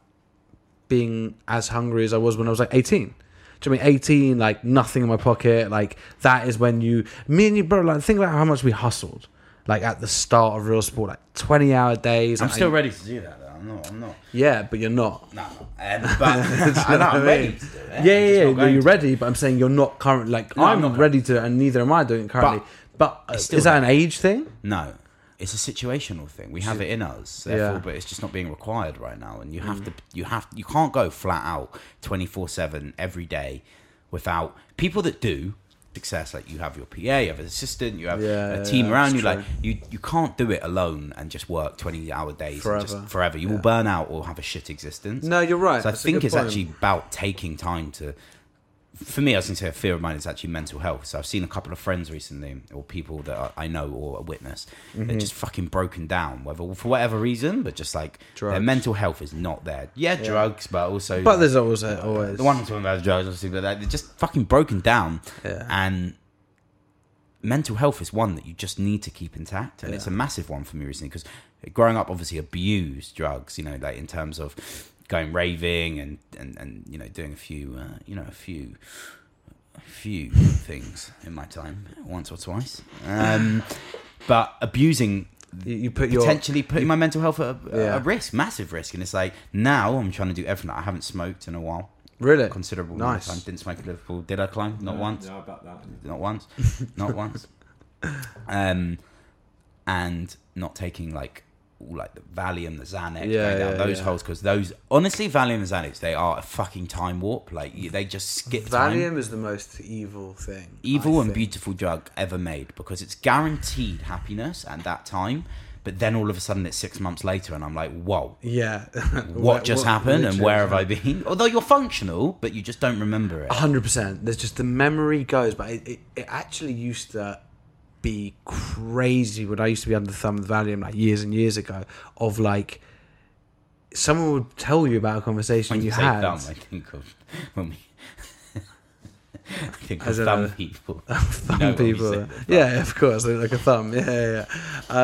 B: being as hungry as I was when I was like 18. Do you know what I mean 18? Like nothing in my pocket. Like that is when you, me and you, bro. Like think about how much we hustled. Like at the start of real sport, like 20 hour days.
A: I'm
B: like,
A: still ready to do that. Though. I'm not. I'm not.
B: yeah, but you're not.
A: No. no. Um, but I know I'm ready to do it.
B: Yeah, yeah, yeah.
A: I'm just not
B: You're
A: going to.
B: ready, but I'm saying you're not current. Like
A: No, I'm
B: I'm
A: not.
B: ready to, and neither am I doing it currently. But, uh,
A: it's
B: is
A: still
B: that an age thing?
A: No, it's a situational thing. We have it in us, therefore,
B: Yeah. Mm.
A: but it's just not being required right now. And you have to, you have, you can't go flat out twenty four seven every day without people that do success. Like you have your PA, you have an assistant, you have
B: Yeah,
A: a
B: yeah,
A: team
B: that's
A: around you.
B: true.
A: Like you, you can't do it alone and just work twenty hour days and just
B: Forever.
A: forever. You will burn out or have a shit existence.
B: No, you're right.
A: So I
B: That's a
A: think
B: good
A: it's
B: point.
A: actually about taking time to. For me, I was going to say a fear of mine is actually mental health. So I've seen a couple of friends recently, or people that I- I know or a witness,
B: Mm-hmm.
A: they're just fucking broken down, whether for whatever reason, but just like their
B: Drugs.
A: mental health is not there. Yeah, drugs, but also
B: But there's always a- always
A: the one I'm talking about is drugs, obviously, but like, they're just fucking broken down.
B: Yeah.
A: And mental health is one that you just need to keep intact, and it's a massive one for me recently because growing up, obviously, abused drugs. You know, like in terms of going raving and and and you know doing a few uh, you know a few a few things in my time once or twice, um, but abusing
B: You, you put your
A: potentially putting my mental health at a,
B: Yeah.
A: a risk, massive risk. And it's like now I'm trying to do everything. I haven't smoked in a while,
B: really
A: considerable
B: nice.
A: amount of time. Didn't smoke at Liverpool. Did I climb? Not once.
E: Yeah, I bet that.
A: Not once. Not once. Um, and not taking like all like the Valium, the Xanax,
B: Yeah,
A: going down
B: yeah,
A: those
B: yeah.
A: holes because those honestly Valium and Xanax they are a fucking time warp. Like you- they just skip time
B: Valium is the most evil thing.
A: evil
B: I
A: and
B: think.
A: beautiful drug ever made because it's guaranteed happiness at that time. But then all of a sudden, it's six months later, and I'm like, whoa,
B: Yeah.
A: what just happened and where have I been? Although you're functional, but you just don't remember it.
B: Hundred percent. There's just the memory goes, but it, it, it actually used to be crazy when I used to be under the thumb of Valium like years and years ago. Of like, someone would tell you about a conversation
A: When you,
B: you
A: say
B: had.
A: thumb, I think of when we. I think
B: I
A: of
B: don't
A: thumb
B: know.
A: people.
B: thumb
A: You know when you
B: people.
A: say the thumb.
B: Yeah, of course, like a thumb. Yeah, yeah. yeah.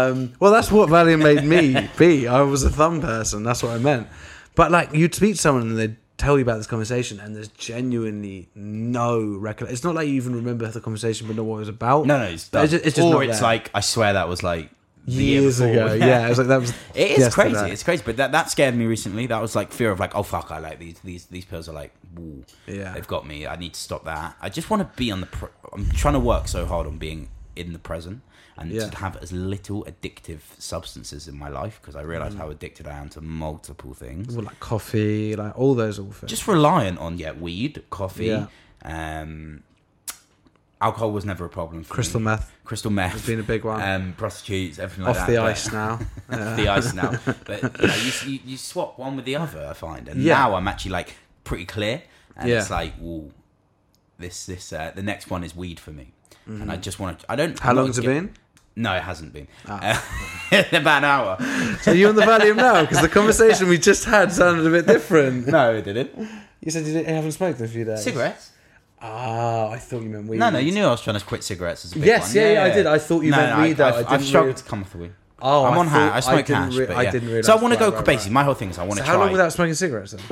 B: Um, well, that's what Valium made me be. I was a thumb person. That's what I meant. But like, you'd speak to someone and they'd tell you about this conversation, and there's genuinely no recollection. It's not like you even remember the conversation, but not what it was about.
A: No, no, it's,
B: But
A: done.
B: it's just, it's just
A: or
B: not
A: it's
B: there.
A: like I swear that was like the year
B: years
A: before.
B: ago. Yeah, it was like that was.
A: It is
B: yesterday.
A: crazy. It's crazy, but that, that scared me recently. That was like fear of like, oh fuck, I like these these these pills are like, woo,
B: Yeah.
A: they've got me. I need to stop that. I just want to be on the. Pr- I'm trying to work so hard on being in the present and
B: Yeah.
A: to have as little addictive substances in my life because I realize
B: Mm-hmm.
A: how addicted I am to multiple things.
B: Well, like coffee, like all those awful things.
A: Just reliant on yeah, weed, coffee,
B: Yeah.
A: um, alcohol was never a problem. For
B: crystal
A: me.
B: meth
A: crystal meth
B: has been a big one.
A: um, prostitutes, everything like
B: off
A: that.
B: the
A: but-
B: ice now.
A: off the ice now. But you, know, you, you, you swap one with the other, I find. And
B: Yeah.
A: now I'm actually like pretty clear. And
B: Yeah.
A: it's like, well, this, this, uh, the next one is weed for me. And I just want to, I don't.
B: Mm-hmm. How
A: I'm not
B: long's it
A: get-
B: been? Ah.
A: No, it hasn't been. Uh, about an hour.
B: Are you on the Valium now? Because the conversation we just had sounded a bit different.
A: No, it didn't.
B: You said you, didn't, you haven't smoked in a few days.
A: Cigarettes?
B: Ah, I thought you meant weed.
A: No, no, you knew I was trying to quit cigarettes as a big
B: Yes,
A: one.
B: yeah, yeah, I did. I thought you meant weed, though. I
A: I've,
B: didn't
A: I've struggled
B: real-
A: to come off the weed.
B: Oh,
A: I'm
B: I
A: on hand.
B: thought-
A: I
B: I
A: smoke
B: didn't
A: hash,
B: rea-
A: but
B: I
A: yeah.
B: didn't
A: So I
B: realise.
A: want to
B: Right,
A: go.
B: right,
A: basically,
B: right.
A: my whole thing is I want
B: So
A: to
B: how
A: try
B: long without smoking cigarettes then?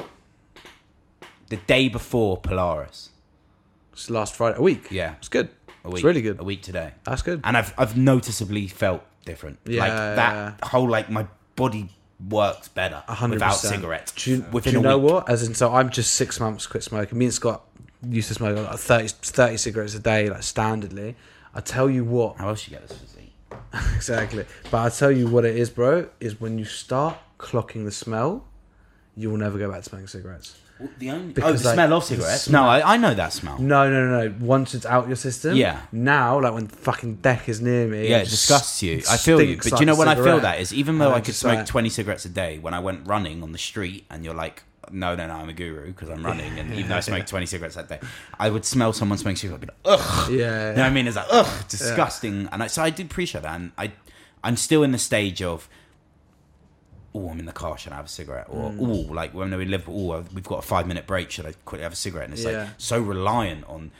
A: the day before Polaris.
B: Just last Friday, a week.
A: Yeah.
B: it's good.
A: A week,
B: It's really good.
A: A week today.
B: That's good.
A: and I've I've noticeably felt different.
B: Yeah,
A: like that whole like my body works better
B: A hundred
A: without
B: percent.
A: cigarettes.
B: Do you,
A: within
B: do you
A: a
B: know
A: week.
B: what? As in, so I'm just six months quit smoking. Me and Scott used to smoke like 30, 30 cigarettes a day, like standardly. I tell you what,
A: How else you get this physique?
B: exactly. But I tell you what it is, bro. Is when you start clocking the smell, you will never go back to smoking cigarettes.
A: Well, the only oh,
B: Because,
A: the
B: like,
A: smell of
B: the
A: cigarettes.
B: smell-
A: No, I, I know that smell.
B: No, no, no, no. Once it's out your system,
A: Yeah.
B: Now, like when fucking deck is near me,
A: yeah,
B: it
A: it
B: just
A: disgusts you. I feel you.
B: stinks
A: But
B: like
A: do you know
B: a
A: when I feel
B: cigarette.
A: that is even
B: And
A: though
B: I'm
A: I could
B: just
A: smoke
B: like-
A: 20 cigarettes a day when I went running on the street and you're like, no, no, no, I'm a guru because I'm running. And even though I smoked 20 cigarettes that day, I would smell someone smoking cigarettes. I'd be like, ugh.
B: Yeah, yeah,
A: You know what I mean? It's like, ugh, disgusting. And I, so I do appreciate that. And I, I'm still in the stage of, oh, I'm in the car, should I have a cigarette? Or,
B: Mm.
A: oh, like when we live, oh, we've got a five minute break, should I quickly have a cigarette? And it's
B: Yeah.
A: like so reliant on,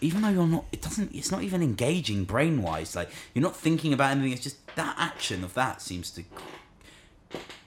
A: even though you're not, it doesn't, it's not even engaging brain wise. Like you're not thinking about anything. It's just that action of that seems to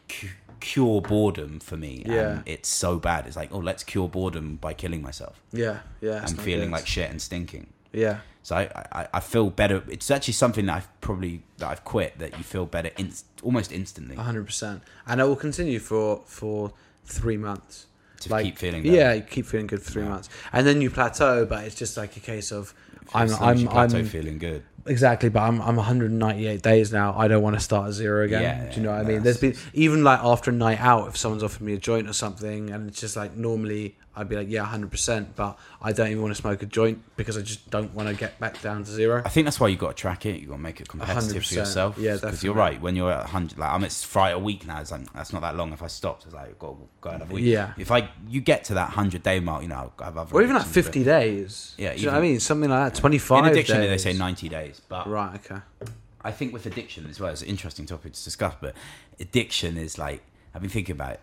A: cu- cure boredom for me.
B: Yeah.
A: And it's so bad. It's like, oh, let's cure boredom by killing myself.
B: Yeah, yeah. it's
A: I'm
B: not
A: feeling
B: good.
A: like shit and stinking.
B: yeah.
A: So I, I, I feel better. It's actually something that I've probably that I've quit that you feel better inst- almost instantly.
B: hundred percent, and it will continue for for three months.
A: To keep feeling better.
B: yeah, you keep feeling good for three months, and then you plateau. But it's just like a case of I'm
A: As long as
B: I'm
A: you plateau
B: I'm
A: feeling good.
B: exactly, but I'm I'm 198 days now. I don't want to start at zero again.
A: Yeah,
B: Do you know
A: yeah,
B: what I
A: no,
B: mean? There's been even like after a night out, if someone's offered me a joint or something, and it's just like normally I'd be like yeah, 100, percent but I don't even want to smoke a joint because I just don't want to get back down to zero.
A: I think that's why you got to track it. You got to make it competitive for
B: 100%.
A: yourself.
B: Yeah,
A: Because you're
B: definitely.
A: right. When you're at 100, like I'm at Friday a week now. It's like that's not that long. If I stopped, it's like got go another week.
B: Yeah.
A: If I you get to that 100 day mark, you know, I have other
B: Or even like
A: addictions,
B: 50 days.
A: Yeah,
B: Do you know what I
A: even-
B: mean? Something like that.
A: but
B: 25
A: In addiction,
B: days.
A: they say 90 days, but
B: Right, okay.
A: I think with addiction as well, it's an interesting topic to discuss, but addiction is like, I've been thinking about it.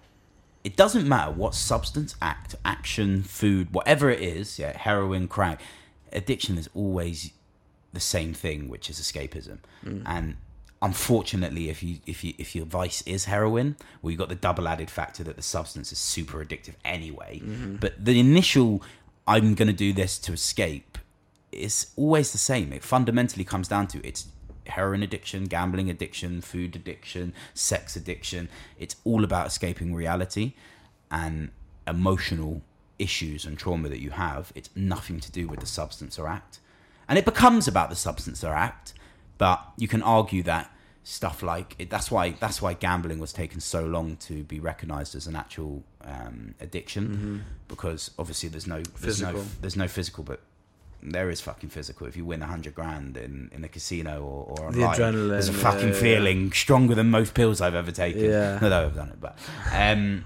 A: It doesn't matter what substance, act, action, food, whatever it is, yeah, heroin, crack, addiction is always the same thing, which is escapism. And Unfortunately, if you if you if your vice is heroin, well, you got the double added factor that the substance is super addictive anyway. But the initial, I'm going to do this to escape, is always the same. It fundamentally comes down to it's heroin addiction, gambling addiction, food addiction, sex addiction. It's all about escaping reality and emotional issues and trauma that you have. It's nothing to do with the substance or act. And it becomes about the substance or act, but you can argue that stuff like it, that's why that's why gambling was taken so long to be recognized as an actual um, addiction because obviously there's no there's no
B: Physical.
A: there's no physical but there is fucking physical. If you win a hundred grand in, in a casino or, or
B: The
A: online, there's a
B: adrenaline,
A: fucking
B: yeah, yeah.
A: feeling stronger than most pills I've ever taken.
B: Yeah.
A: Not that I've done it, but um,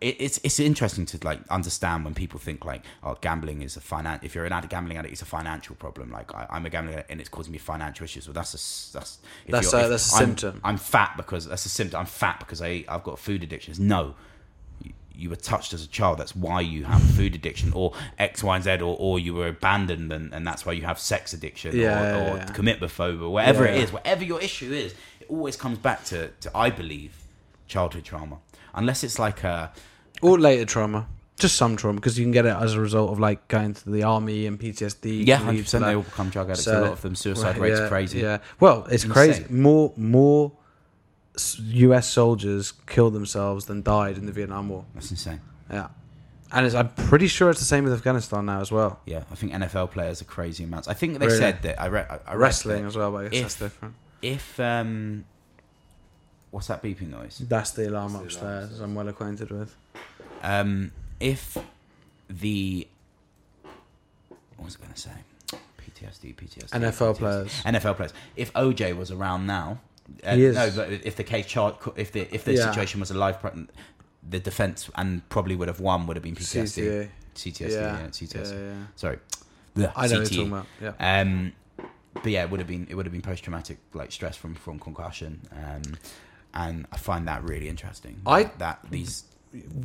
A: it, it's it's interesting to like understand when people think like, oh, gambling is a finan If you're an addict, gambling addict, it's a financial problem. Like I, I'm a gambling addict and it's causing me financial issues. Well, that's a s- that's if
B: That's
A: you're-
B: a-
A: if
B: that's a
A: I'm-
B: symptom.
A: I'm fat because that's a symptom. I'm fat because I eat, I've got food addictions. No, you, you were touched as a child. That's why you have food addiction or X, Y, and Z, or, or you were abandoned and, and that's why you have sex addiction
B: Yeah,
A: or,
B: yeah,
A: or
B: yeah.
A: commitmophobia, or whatever
B: Yeah,
A: it
B: yeah.
A: is, whatever your issue is, it always comes back to, to I believe, childhood trauma. Unless it's like a
B: or later trauma. Just some trauma because you can get it as a result of like going to the army and PTSD.
A: yeah,
B: can
A: hundred
B: lead to
A: percent. They
B: that.
A: all become drug addicts.
B: So-
A: a lot of them suicide
B: Right,
A: rates
B: yeah,
A: crazy.
B: Yeah. Well, it's
A: Insane.
B: crazy. More more s- U.S. soldiers killed themselves than died in the Vietnam War.
A: That's insane.
B: Yeah. And it's, I'm pretty sure it's the same with Afghanistan now as well.
A: Yeah, I think NFL players are crazy amounts. I think they
B: Really?
A: said that I read. I read
B: Wrestling
A: that
B: as well, but I guess
A: if-
B: that's different.
A: If um, what's that beeping noise?
B: That's the alarm upstairs, as I'm well acquainted with.
A: Um, if the what was I going to say? PTSD, PTSD.
B: NFL
A: PTSD.
B: players.
A: NFL players. If OJ was around now, uh,
B: He is.
A: no, but if the case chart, if the if the
B: Yeah.
A: situation was a live, pro- the defense and probably would have won would have been PTSD,
B: CTA.
A: CTSD, yeah, CTSD.
B: Yeah, yeah.
A: Sorry, the
B: I know what
A: CTE.
B: you're talking about. Yeah.
A: E. Um, but yeah, it would have been it would have been post traumatic like stress from from concussion, um, and I find that really interesting.
B: I-
A: that, that these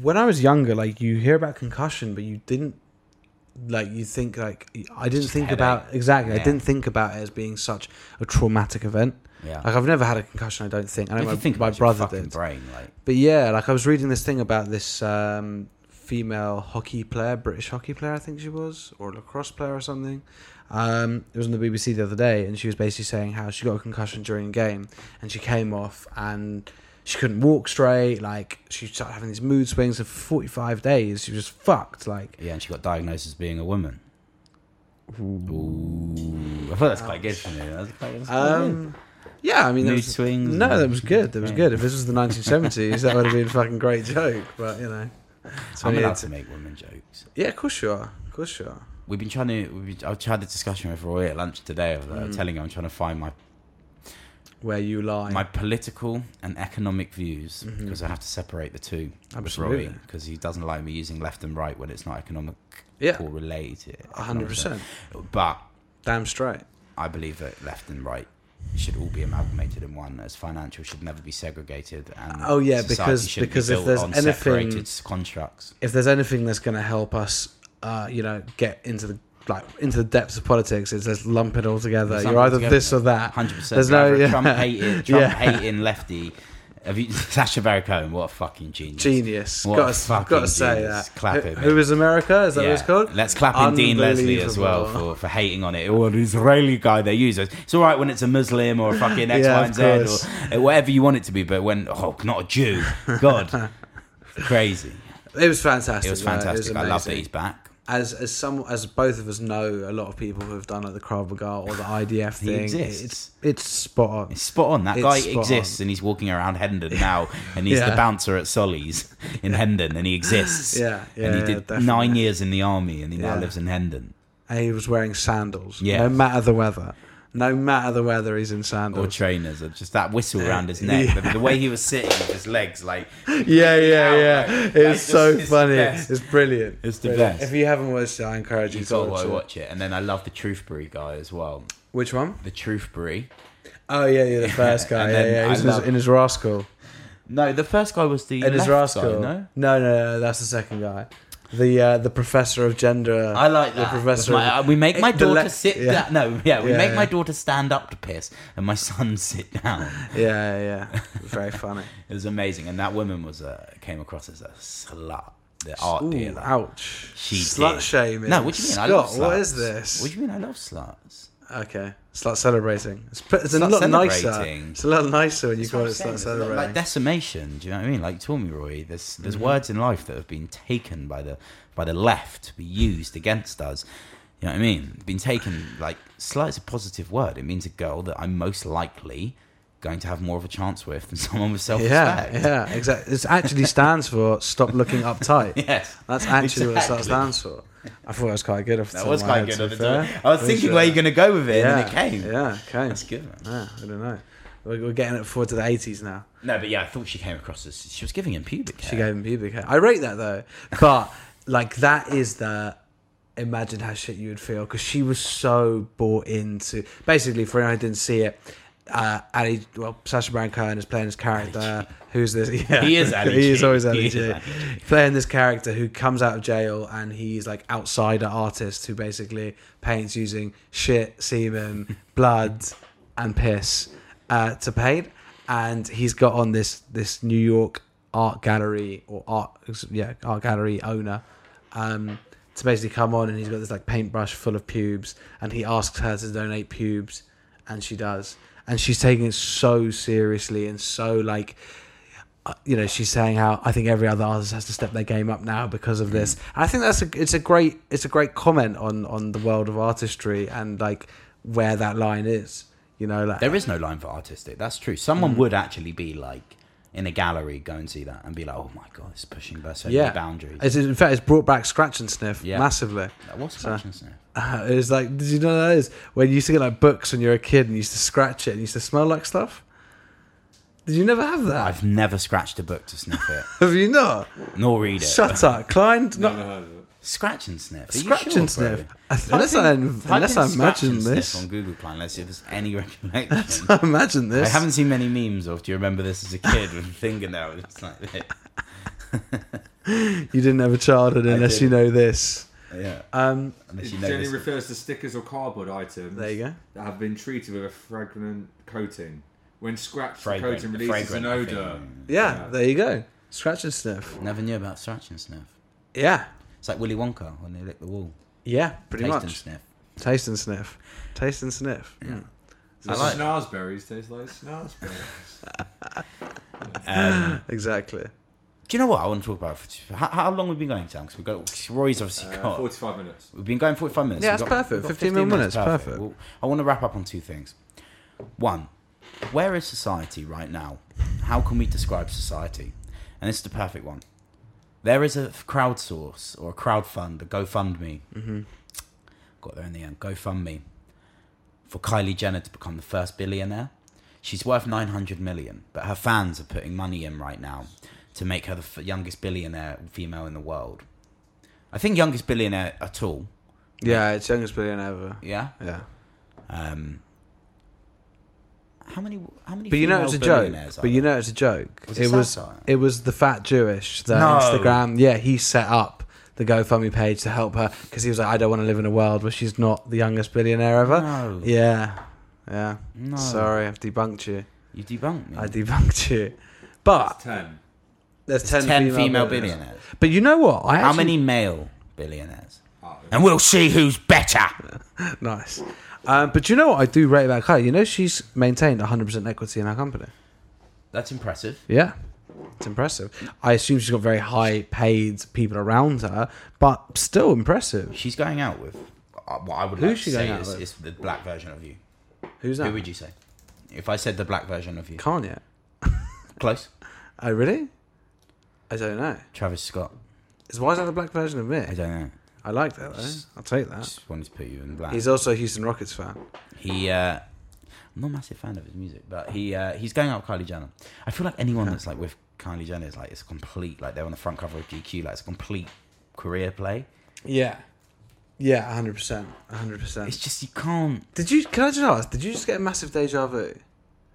B: when I was younger, like you hear about concussion, but you didn't like you think like I didn't
A: Just a
B: think
A: headache.
B: about exactly. I
A: Yeah.
B: didn't think about it as being such a traumatic event.
A: Yeah.
B: Like I've never had a concussion. I don't think. I know
A: if
B: my,
A: you think
B: my
A: about it, your
B: brother
A: fucking
B: did.
A: brain like
B: But yeah, like I was reading this thing about this um, female hockey player, British hockey player, I think she was, or lacrosse player or something. Um, it was on the BBC the other day, and she was basically saying how she got a concussion during a game, and she came off and she couldn't walk straight. Like she started having these mood swings, and for forty five days she was just fucked. Like
A: yeah, and she got diagnosed as being a woman. Ooh. I thought that's quite good for me. That's quite, that's quite good.
B: Um, yeah, I mean, that
A: Mood
B: was-
A: swings
B: No,
A: and-
B: that was good. That was
A: Yeah.
B: good. If this was the 1970s, that would have been a fucking great joke. But you know,
A: I'm allowed
B: 28.
A: to make women jokes.
B: yeah, of course you are. Of course you are.
A: We've been trying to. We've been, I've tried the discussion with Roy at lunch today. Of, uh,
B: Mm.
A: Telling him I'm trying to find my
B: Where you lie,
A: my political and economic views because I have to separate the two.
B: Mm-hmm. Absolutely.
A: Because he doesn't like me using left and right when it's not economic
B: Yeah.
A: or related.
B: A hundred percent.
A: But
B: Damn straight.
A: I believe that left and right should all be amalgamated in one, as financial should never be segregated. And
B: Oh, yeah,
A: society
B: because-
A: shouldn't be
B: because if
A: built
B: there's
A: on
B: anything-
A: separated s- constructs.
B: If there's anything that's going to help us, uh, you know, get into the like into the depths of politics, it's just lump it all together.
A: There's
B: You're
A: something
B: either
A: together.
B: this or that.
A: 100%.
B: There's no
A: Either a
B: yeah.
A: Trump hating, Trump
B: Yeah.
A: hating lefty. Have you, Sacha Baron Cohen, what a fucking genius.
B: Genius.
A: What a
B: Gotta,
A: fucking
B: gotta say
A: genius.
B: that.
A: Clap
B: Who-
A: it,
B: Who
A: mate.
B: is America? Is that
A: Yeah.
B: what it's called?
A: Let's clap in Dean Leslie as well
B: Unbelievable.
A: for, for hating on it, or an Israeli guy they use. It's it's all right when it's a Muslim or a fucking X,
B: Yeah,
A: Y,
B: of
A: and
B: course.
A: Z, or uh, whatever you want it to be. But when oh, not a Jew, God, crazy.
B: It was fantastic.
A: It was
B: though.
A: fantastic. I love that
B: amazing.
A: he's back.
B: As as some as both of us know, a lot of people who have done like the Kravagar or the IDF
A: He
B: thing.
A: exists.
B: It's it's spot on.
A: It's spot on. That
B: It's
A: guy
B: spot
A: exists, and he's walking around Hendon now, and he's
B: Yeah.
A: the bouncer at Solly's in Hendon, and he exists.
B: Yeah,
A: and he
B: yeah,
A: did
B: definitely.
A: nine years in the army, and he now
B: Yeah.
A: lives in Hendon
B: And he was wearing sandals.
A: Yeah.
B: No matter the weather. No matter the weather, he's in sandals.
A: or trainers, or just that whistle around his neck.
B: Uh, Yeah.
A: The, the way he was sitting, with his legs like
B: yeah, yeah,
A: out,
B: yeah.
A: like, it's
B: It's so
A: just- it's the
B: funny.
A: best.
B: It's brilliant.
A: It's the
B: Brilliant.
A: best.
B: If you haven't watched it, I encourage you,
A: You
B: to
A: gotta
B: watch
A: watch,
B: it.
A: it. And then I love the Truthbury guy as well.
B: Which one?
A: The Truthbury.
B: Oh yeah, yeah, the first guy.
A: And
B: yeah,
A: then
B: yeah.
A: I
B: He's in his,
A: love-
B: in his rascal.
A: No, the first guy was the
B: In his
A: left
B: rascal.
A: guy, no?
B: no, no, no, that's the second guy. the uh, the professor of gender.
A: I like
B: the
A: that.
B: professor.
A: My-
B: of-
A: uh, we make my
B: the
A: daughter
B: le-
A: sit
B: yeah.
A: down. No, yeah, we
B: Yeah,
A: make my
B: yeah.
A: daughter stand up to piss, and my son sit down.
B: Yeah, yeah, very funny.
A: It was amazing, and that woman was uh, came across as a slut. The art
B: Ooh,
A: dealer.
B: ouch.
A: She
B: slut
A: did.
B: shaming.
A: No, what do you mean?
B: Scott,
A: I love sluts.
B: what is this?
A: What do you mean? I love sluts.
B: Okay, slut celebrating. It's, pr- it's a
A: Slut
B: lot nicer.
A: celebrating.
B: It's a lot nicer when you call it Mm-hmm.
A: That's what I'm saying,
B: slut
A: it's not
B: celebrating.
A: Like decimation. Do you know what I mean? Like tell me, Roy. There's there's words in life that have been taken by the by the left to be used against us. You know what I mean? Been taken like slight is a positive word. It means a girl that I'm most likely going to have more of a chance with than someone with self
B: yeah,
A: respect.
B: yeah, exactly. It actually stands for stop looking uptight.
A: Yes.
B: That's actually what slut
A: Exactly.
B: stands for. I thought it was quite good. Off the
A: That
B: top
A: was
B: of my
A: quite good.
B: head, to
A: of
B: be
A: it.
B: fair.
A: I was thinking where you're gonna go with it,
B: Yeah,
A: and then it came.
B: Yeah, it came.
A: That's good. Man.
B: Yeah, I don't know. We're, we're getting it forward to the 80s now.
A: No, but yeah, I thought she came across as she was giving him pubic hair.
B: She gave him pubic hair. I rate that though, but like that is the imagine how shit you would feel because she was so bought into. Basically, for anyone who didn't see it, uh, Ali, well, Sasha Baron Cohen is playing his character. Who's this? Yeah,
A: He is Ali
B: he is
A: G.
B: always
A: He
B: Ali
A: is
B: G.
A: Ali G.
B: Playing this character who comes out of jail and he's like outsider artist who basically paints using shit, semen, blood, and piss uh, to paint. And he's got on this this New York art gallery or art yeah art gallery owner um, to basically come on and he's got this like paintbrush full of pubes and he asks her to donate pubes and she does and she's taking it so seriously and so like uh, you know she's saying how I think every other artist has to step their game up now because
A: Mm.
B: of this. And I think that's a it's a great it's a great comment on on the world of artistry and like where that line is. You know, like
A: There is no line for artistic. That's true. Someone
B: Mm.
A: would actually be like in a gallery, go and see that, and be like, "Oh my god, it's pushing by so
B: yeah,
A: many boundaries."
B: It's, in fact, it's brought back scratch and sniff
A: Yeah.
B: massively.
A: What's
B: So-
A: fashion sense?
B: Uh, it's like did you know what that is when you used to get like books when you were a kid and you used to scratch it and you used to smell like stuff. Did you never have that?
A: I've never scratched a book to sniff it,
B: have you not?
A: nor read it.
B: Shut up, Klein. Not,
A: Scratch and sniff. Are you
B: Scratch
A: sure, bro?
B: and sniff.
A: Type
B: Unless
A: in-
B: I
A: type
B: unless
A: in
B: I
A: scratch
B: imagine
A: and sniff
B: this.
A: on Google Plan, let's see if there's any recollection.
B: Imagine
A: I
B: this.
A: haven't seen many memes of. Do you remember this as a kid with fingernails? It's like, this?
B: You didn't have a childhood unless you
A: didn't.
B: know this.
A: yeah.
B: Um,
A: Unless
E: It
A: you know
E: generally
A: this-
E: refers to stickers or cardboard items
B: There you go.
E: that have been treated with a fragrant coating. When scratched,
A: Fragrant-
E: the coating releases
A: fragrant,
E: an
A: I think.
E: odour.
B: yeah, there you go. Scratch and sniff.
A: Never knew about scratch and sniff.
B: Yeah,
A: It's like Willy Wonka when they lick the wall.
B: yeah, pretty
A: Taste
B: much.
A: and sniff.
B: Taste and sniff. Taste and sniff. Mm.
E: So
A: I like-
E: snarsberries taste like snarsberries.
B: Exactly.
A: Um, Do you know what I want to talk about? How, how long we've been going, Sam? Because we've got 'cause Roy's obviously
B: Uh,
A: got.
E: Uh, Forty-five minutes.
A: We've been going forty-five minutes.
B: Yeah,
A: We've
B: that's
A: got-
B: perfect.
A: we've got
B: 15 minutes, perfect.
A: Well, I want to wrap up on two things. One, where is society right now? How can we describe society? And this is the perfect one. There is a crowdsource or a crowdfund, a GoFundMe. Mm-hmm. Got there in the end. GoFundMe for Kylie Jenner to become the first billionaire. She's worth 900 million, but her fans are putting money in right now to make her the f- youngest billionaire female in the world. I think youngest billionaire at all.
B: Yeah, it's youngest billion ever.
A: Yeah.
B: Yeah.
A: Um, how many? How many?
B: But you know
A: female
B: it's a joke.
A: billionaires are
B: But you
A: there?
B: know it's a joke.
A: Was it
B: it was
A: satire?
B: it was the fat Jewish that
A: No.
B: Instagram. Yeah, he set up the GoFundMe page to help her because he was like, I don't want to live in a world where she's not the youngest billionaire ever.
A: No.
B: Yeah, yeah.
A: No. Mm.
B: Sorry, I've debunked you.
A: you debunked me.
B: I debunked you. But
E: Ten.
B: there's ten,
A: Ten female,
B: billionaires.
A: billionaires.
B: But you know what? I
A: How
B: actually-
A: many male billionaires?
E: Oh,
A: And we'll see who's better.
B: Nice. Um, but you know what I do rate about Kylie? You know she's maintained 100% equity in her company.
A: That's impressive.
B: Yeah. It's impressive. I assume she's got very high paid people around her, but still impressive.
A: She's going out with uh, what I would
B: Who's
A: like
B: she
A: to say
B: going out
A: is,
B: with?
A: is the black version of you.
B: Who's that?
A: Who would you say? If I said the black version of you,
B: Kanye.
A: close.
B: Oh, really? I don't know.
A: Travis Scott.
B: Is why is that the black version of
A: I
B: me?
A: don't know.
B: I like that though. I'll take that.
A: Just wanted to put you in black.
B: He's also a Houston Rockets fan.
A: He, uh, I'm not a massive fan of his music, but he uh, he's going out with Kylie Jenner. I feel like anyone that's like with Kylie Jenner is like it's a complete like they're on the front cover of GQ, like it's a complete career play.
B: Yeah. Yeah, 100%.
A: It's
B: 100%.
A: just you can't
B: Did you, can I just ask, did you just get a massive deja vu?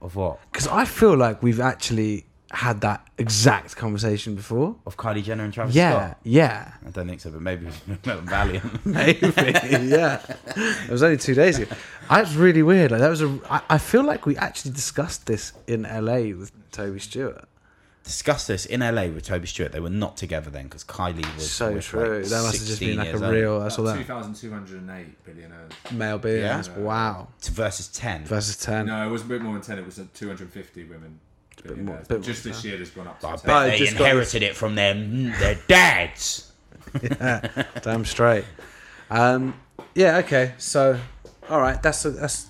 A: of what
B: Because I feel like we've actually had that exact conversation before.
A: of Kylie Jenner and Travis
B: Yeah,
A: Scott.
B: yeah,
A: I don't think so, but maybe Valiant.
B: maybe, yeah. It was only two days ago. That's really weird. Like that was a. I, I feel like we actually discussed this in LA with Toby Stewart.
A: Discussed this in LA with Toby Stewart. They were not together then because Kylie was
B: So
A: was, like,
B: true. that must have just
A: 16
B: been like
A: years
B: a
A: old.
B: real. That's all
E: Two
B: that
E: thousand two hundred and eight billionaires.
B: male billionaires. Wow.
A: to versus ten.
B: Versus ten.
E: No, it was a bit more than ten. It was two hundred and fifty women.
B: more-
E: billionaires.
B: bit
E: But just
B: more,
E: this year, there's gone up to
A: I
E: 10.
A: bet
B: But it
A: they
B: just got-
A: inherited it from their their dads.
B: Damn straight. Um, yeah. Okay. So, all right. That's that's.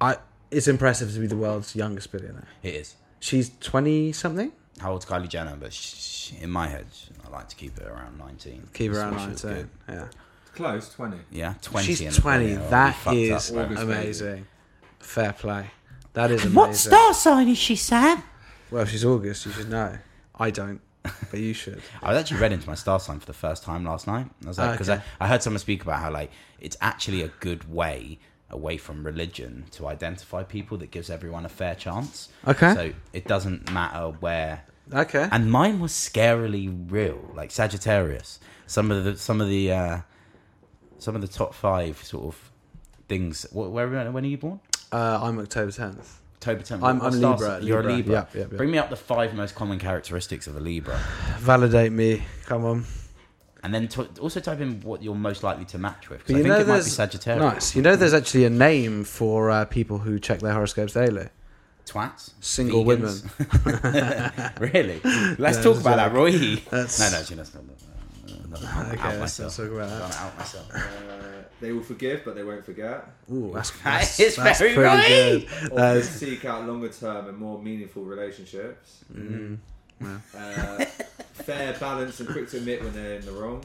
B: I. It's impressive to be the world's youngest billionaire.
A: It is.
B: She's twenty something.
A: How old's Kylie Jenner? But sh sh- in my head, I like to keep it around nineteen.
B: Keep her
A: That's
B: around
A: what she was
B: nineteen.
A: good.
B: Yeah.
E: Close twenty.
A: Yeah, twenty. in
B: She's
A: the
B: twenty.
A: video. I'll be
B: That
A: fucked
B: is
A: up, bro.
B: amazing. Fair play. That is amazing.
A: What star sign is she, Sam?
B: Well, she's August. You should know. I don't, but you should.
A: I was actually read into my star sign for the first time last night. I was like, because
B: Oh, Okay.
A: I, I heard someone speak about how like it's actually a good way away from religion to identify people that gives everyone a fair chance.
B: Okay.
A: So it doesn't matter where.
B: Okay.
A: And mine was scarily real, like Sagittarius. Some of the some of the uh, some of the top five sort of things. Wh- Where when are you born?
B: Uh, I'm October tenth.
A: October 10th.
B: I'm-
A: What
B: I'm
A: star
B: Libra,
A: sign? You're a
B: Libra.
A: Libra.
B: Yep, yep, yep.
A: Bring me up the five most common characteristics of a Libra.
B: Validate me. Come on.
A: And then t- also type in what you're most likely to match with. 'cause
B: But
A: I
B: you
A: think
B: know
A: it might be
B: there's-
A: Sagittarius.
B: Nice. You know, there's actually a name for uh, people who check their horoscopes daily.
A: Twats.
B: Single
A: vegans. really? Let's talk about that, Roy.
B: That's-
A: No, no, actually, that's not. not- not- I'm out
B: Okay, let's not
A: myself.
B: talk about that.
A: I'm out myself.
E: They will forgive, but they won't forget.
B: Ooh, that's,
A: That
B: that's,
A: is
B: that's
A: very
B: pretty
A: right.
B: good.
E: Or
B: That
E: they
B: is-
E: seek out longer term and more meaningful relationships.
B: Mm.
E: Uh, fair balance and quick to admit when they're in the wrong.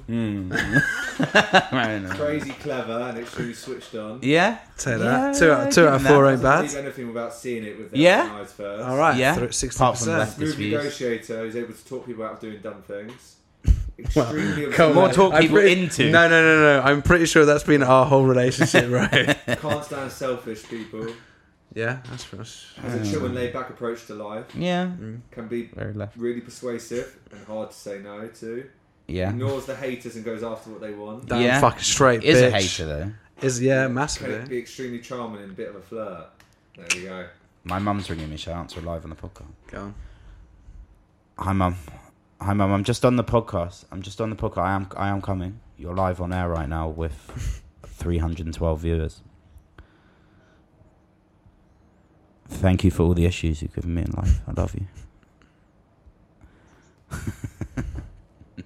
A: Right, no.
E: Crazy clever and extremely switched on.
A: Yeah.
B: Say
A: Yeah,
B: that. Two out, two out of
A: given
B: four
A: that.
B: ain't
E: Doesn't
B: bad.
E: leave anything without seeing it with their
A: Yeah.
E: own eyes first.
B: All right.
A: Yeah.
B: Yeah.
A: Apart from
B: 60%.
A: left.
E: Smooth
A: Views.
E: negotiator who's able to talk people out of doing dumb things. Extremely
B: Come
A: More
B: on.
A: talk
B: I'm
A: people
B: pretty-
A: into.
B: No, no, no, no. I'm pretty sure that's been our whole relationship, right?
E: Can't stand selfish people.
B: yeah, that's for us.
E: Has a chill and laid back approach to life.
A: Yeah.
E: Can be
A: Very left.
E: really persuasive and hard to say no to.
A: Yeah.
E: Ignores the haters and goes after what they want.
B: Damn
A: Yeah.
B: fucking straight.
A: Is
B: bitch.
A: a hater though.
B: Is yeah,
E: Can
B: massively.
E: be extremely charming and a bit of a flirt. There we go.
A: My mum's ringing me. Shall I answer live on the podcast?
B: Go on.
A: Hi, mum. Hi, mum. I'm just on the podcast. I'm just on the podcast. I am. I am coming. You're live on air right now with 312 viewers. Thank you for all the issues you've given me in life. I love you.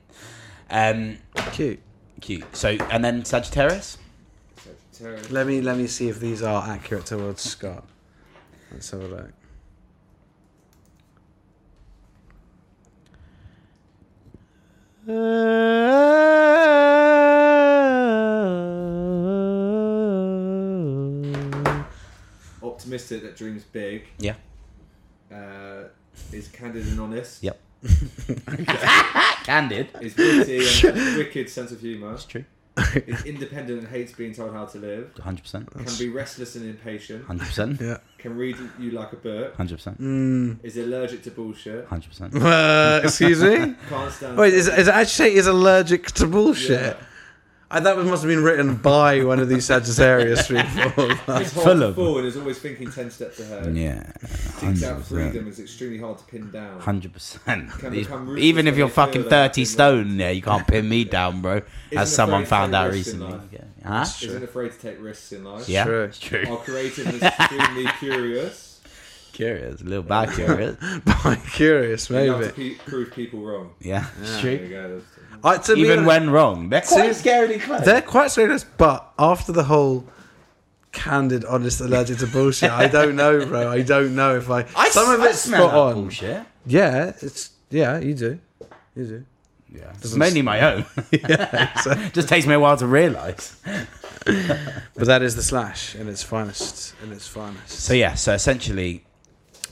A: um,
B: Cute.
A: cute. So, and then Sagittarius.
E: Sagittarius.
B: Let me let me see if these are accurate towards Scott. Let's have a look.
E: Optimistic that dreams big.
A: Yeah.
E: Uh, is candid and honest.
A: Yep. Candid.
E: Is witty and has a wicked sense of humour.
A: That's true.
E: Is independent and hates being told how to live.
A: 100%.
E: Can be restless and impatient.
A: 100%.
B: Yeah.
E: Can read you like a book.
A: 100%.
B: Mm.
E: Is allergic to bullshit.
A: 100%.
B: Uh, excuse me.
E: Can't stand.
B: Wait, is, is it actually is allergic to bullshit?
E: Yeah.
B: I, that must have been written by one of these Sagittarius people.
E: It's hard
A: Fulham.
E: to fall and is always thinking ten steps ahead.
A: Yeah,
E: Seeks out freedom
A: freedom.
E: is extremely hard to pin down.
A: Hundred percent.
E: Can
A: These-
E: become ruthless
A: Even if
E: when
A: you're
E: they feel
A: fucking
E: they've
A: thirty
E: been
A: stone, yeah, you can't pin me down, bro.
E: Isn't
A: As someone
E: afraid to
A: found
E: take
A: out
E: risks in
A: recently.
E: life.
A: Yeah. Huh?
E: Isn't afraid to take risks in life.
A: Yeah,
B: True.
A: it's true.
E: Are creative and extremely curious.
A: Curious, a little bit curious.
B: I'm curious,
E: They love
B: maybe.
E: to pe- prove people wrong.
A: Yeah, it's
E: There you
A: true.
E: go. That's,
B: I, to be
A: Even
B: honest-
A: when wrong, they're quite
B: See,
A: scarily close.
B: They're quite serious, but after the whole candid, honest, allergic to bullshit, I don't know, bro. I don't know if I.
A: I,
B: some of
A: I
B: it's
A: smell
B: spot
A: that
B: on.
A: bullshit.
B: Yeah, it's yeah. You do, you do.
A: Yeah, it's mainly my own. Just takes me a while to realise.
B: But that is the slash in its finest. In its finest.
A: So yeah, so essentially,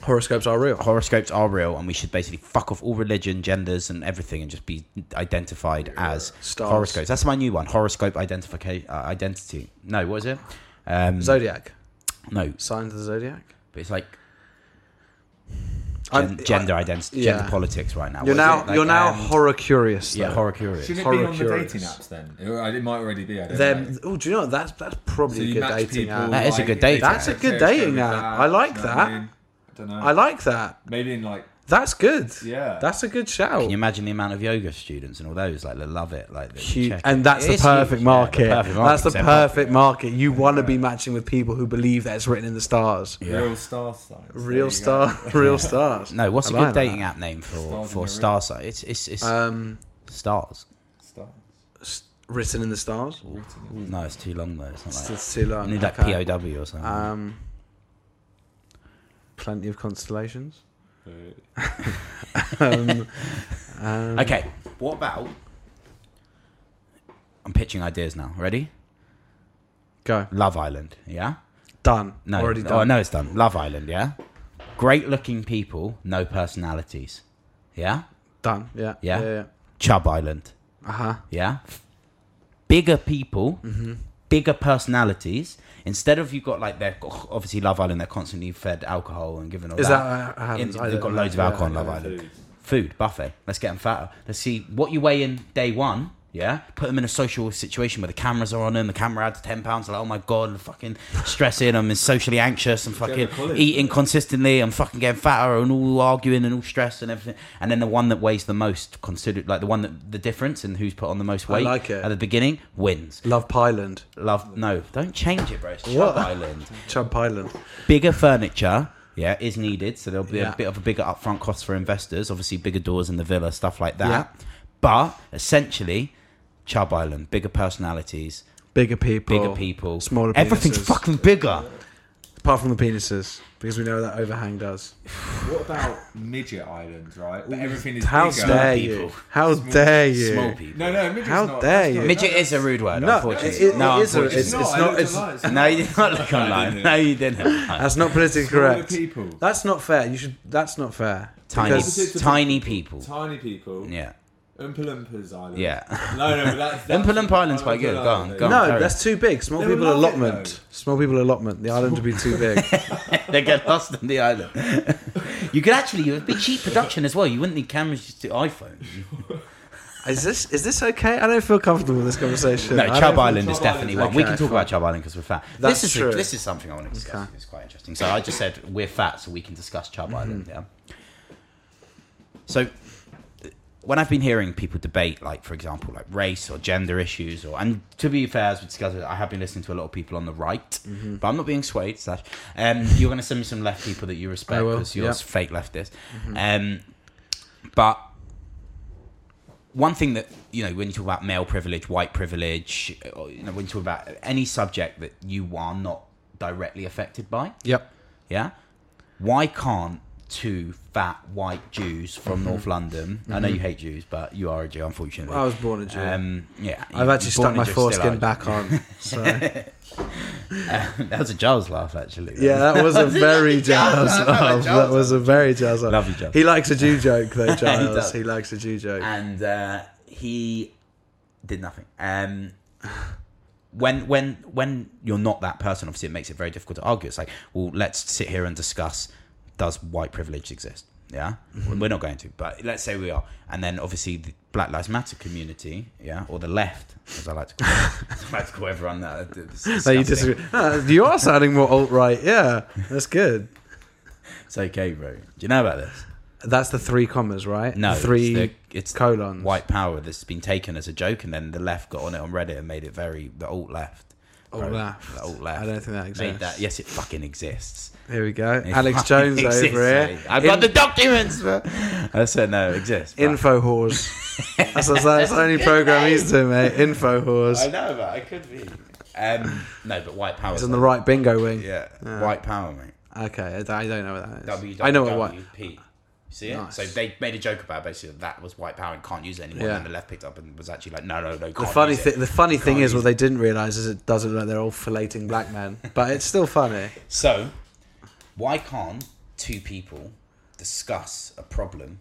B: Horoscopes are real.
A: horoscopes are real and we should basically fuck off all religion, genders, and everything and just be identified as
B: Stars.
A: horoscopes. That's my new one horoscope identification, uh, identity. No, what is it? Um,
B: Zodiac.
A: no,
B: Signs of the zodiac.
A: but it's like
B: I'm-
A: gen- gender identity,
B: yeah.
A: gender politics right now.
B: You're
A: What is
B: now
A: it? Like,
B: you're now
A: um,
B: horror curious.
A: yeah
B: though.
A: horror curious.
C: Shouldn't it
B: Horror
C: be on
B: curious.
C: the dating apps then? It it might already be. I don't know.
B: Them. Oh, do you know what? that's that's probably
C: So
B: a
C: you
B: good
C: match
B: dating
C: people,
B: app.
A: That is a
C: like,
A: good
C: if
A: dating
C: they're
A: app. That's
B: a good
C: serious
B: dating
C: with
B: app. I like
C: you know what
B: that.
C: I, mean? I don't know.
B: I like that.
C: Maybe in like
B: That's good.
C: Yeah.
B: that's a good shout.
A: Can you imagine the amount of yoga students and all those? Like, they love it. Like, they
B: Huge-
A: check it.
B: and that's
A: It
B: the
A: is
B: perfect,
A: huge, yeah, the
B: market.
A: perfect
B: That's the
A: market.
B: perfect market. You want to be matching with people who believe that it's written in the stars.
C: real star signs. There you go.
B: Real star, real stars.
A: No, what's
B: I
A: a
B: like
A: good
B: that.
A: dating app name for
C: Stars in
A: for
C: the
A: star sign? It's it's it's
B: Um,
A: stars.
C: Star.
B: s- written in the stars.
A: No, it's too long though. It's not like that.
B: It's too long.
A: I need like
B: Okay.
A: POW or something.
B: Um, plenty of constellations.
A: okay, what about? I'm pitching ideas now. Ready?
B: Go
A: Love Island. Yeah.
B: done.
A: No.
B: already
A: Oh
B: done.
A: no, it's done. Love Island. Yeah. Great looking people, no personalities. Yeah.
B: Done. Yeah.
A: Yeah.
B: Yeah. yeah.
A: Chub Island.
B: Uh huh.
A: yeah bigger people bigger personalities instead of you've got like they're obviously love island they're constantly fed alcohol and given all
B: Is
A: that,
B: that- I haven't-
A: In-
B: I
A: they've
B: don't
A: got
B: know.
A: loads of alcohol
B: Yeah,
A: on
B: yeah,
A: love island food buffet let's get them fatter let's see what you weigh in day one yeah, put them in a social situation where the cameras are on them. The camera adds ten pounds. Like, oh my god, fucking stressing. I'm socially anxious. I'm fucking
E: Collins.
A: eating consistently. I'm fucking getting fatter and all arguing and all stress and everything. And then the one that weighs the most, considered like the one that the difference in who's put on the most weight
B: like it.
A: at the beginning wins.
B: Love Pyland.
A: Love, no, don't change it, bro. It's Chubb
B: What?
A: Island.
B: Chub Pyland.
A: Bigger furniture, yeah, is needed. So there'll be
B: Yeah.
A: a bit of a bigger upfront cost for investors. Obviously, bigger doors in the villa, stuff like that. But essentially, Chubb Island, bigger personalities,
B: Bigger people.
A: bigger people,
B: Oh. Smaller.
A: everything
B: penises.
A: fucking bigger.
B: Apart from the penises, because we know that overhang does.
E: What about Midget Island, right? But everything is
B: How
E: bigger.
B: dare
A: people.
B: you? How dare you?
A: Small people.
E: No, no, midget's
B: How
E: not.
B: dare
E: that's
B: you.
E: not-
A: Midget is a rude word,
B: No,
A: unfortunately.
B: it- it
A: no,
B: is a-
A: unfortunately.
B: it's-
E: not.
B: it's
E: I
B: not-
E: looked
B: it's-
E: online, it's
A: no, you did not look online.
E: didn't.
A: No, you didn't.
B: That's not politically
E: Smaller
B: correct.
E: people.
B: That's not fair. You should. That's not fair.
A: Tiny,
B: Because-
E: Opposite to-
A: tiny people.
E: Tiny people.
A: Yeah,
E: Oompa Loompas Island.
A: yeah.
E: No, no, but that's. that's
A: Oompa Loompa Island's quite good. Go on, go on.
B: no,
A: carry
B: that's too big. Small
E: They would
B: people
E: love it,
B: allotment.
E: though.
B: Small people allotment. The island would be too big.
A: they get lost on the island. you could actually, it would be cheap production as well. You wouldn't need cameras, just do iPhone.
B: is this is this okay? I don't feel comfortable with this conversation.
A: No,
B: I
A: Chubb
B: don't-
A: Island is
E: Chubb
A: definitely
E: Island-
A: one. We
B: okay,
A: can talk about Chubb Island because we're fat.
B: That's
A: this is
B: true.
A: this is something I want to discuss.
B: Okay. Mm-hmm.
A: It's quite interesting. So I just said we're fat, so we can discuss Chubb Island. Yeah. So when I've been hearing people debate, like for example, like race or gender issues, or and to be fair, as we discussed, I have been listening to a lot of people on the right,
B: Mm-hmm.
A: but I'm not being swayed. Slash, um, you're going to send me some left people that you respect
B: I will,
A: because you're
B: yeah. Mm-hmm.
A: fake leftist. Um, but one thing that you know when you talk about male privilege, white privilege, or, you know when you talk about any subject that you are not directly affected by,
B: Yep.
A: yeah? Why can't two fat white Jews from North London? I know you hate Jews, but you are a Jew, unfortunately.
B: Mm-hmm. I was born a Jew.
A: Um, yeah,
B: I've
A: you-
B: actually
A: you're born
B: stuck
A: a
B: my
A: Jew, still are a
B: foreskin
A: Jew.
B: back on. So. yeah,
A: that was a Giles laugh, actually.
B: that was a very jazz love. That was a very jazz love.
A: Love you, Giles.
B: He likes a Jew joke though, Giles.
A: does.
B: he, likes a Jew joke.
A: and uh, he did nothing. Um, when when when you're not that person, obviously it makes it very difficult to argue. It's like, well, let's sit here and discuss: does white privilege exist? Yeah, we're not going to, but let's say we are. And then obviously the Black Lives Matter community, yeah, or the left, as I like to call, it. I like to call everyone that. uh,
B: no, you disagree. No, you are sounding more alt right. Yeah, that's good.
A: It's okay, bro. Do you know about this?
B: That's the three commas, right?
A: No,
B: The three
A: it's, the, it's
B: colons.
A: White power that's been taken as a joke, and then the left got on it on Reddit and made it very the alt left.
B: Alt
A: Bro,
B: left.
A: The alt left.
B: I don't think that
A: Made
B: exists.
A: that. Yes, it fucking exists.
B: Here we go.
A: It
B: Alex
A: fucking
B: Jones
A: exists,
B: over here.
A: mate. I've got
B: In-
A: the documents. bro. I said no, it exists. but-
B: Info whores. that's, that's, that's the only program he's doing, mate. Info
A: I
B: whores.
A: know, but I could be. Um, no, but white power.
B: It's on the right bingo wing.
A: Yeah, white power, mate.
B: Okay, I don't I don't know what that is.
A: WWP.
B: I know what white.
A: You see it?
B: Nice.
A: So they made a joke about it, basically that was white power and can't use it anymore.
B: Yeah.
A: And then the left picked up and was actually like, no, no, no. Can't
B: The funny
A: use it.
B: thing, the funny thing
A: Can't
B: is, what
A: use
B: they didn't realize is it doesn't look like they're all filleting black men, but it's still funny.
A: So, why can't two people discuss a problem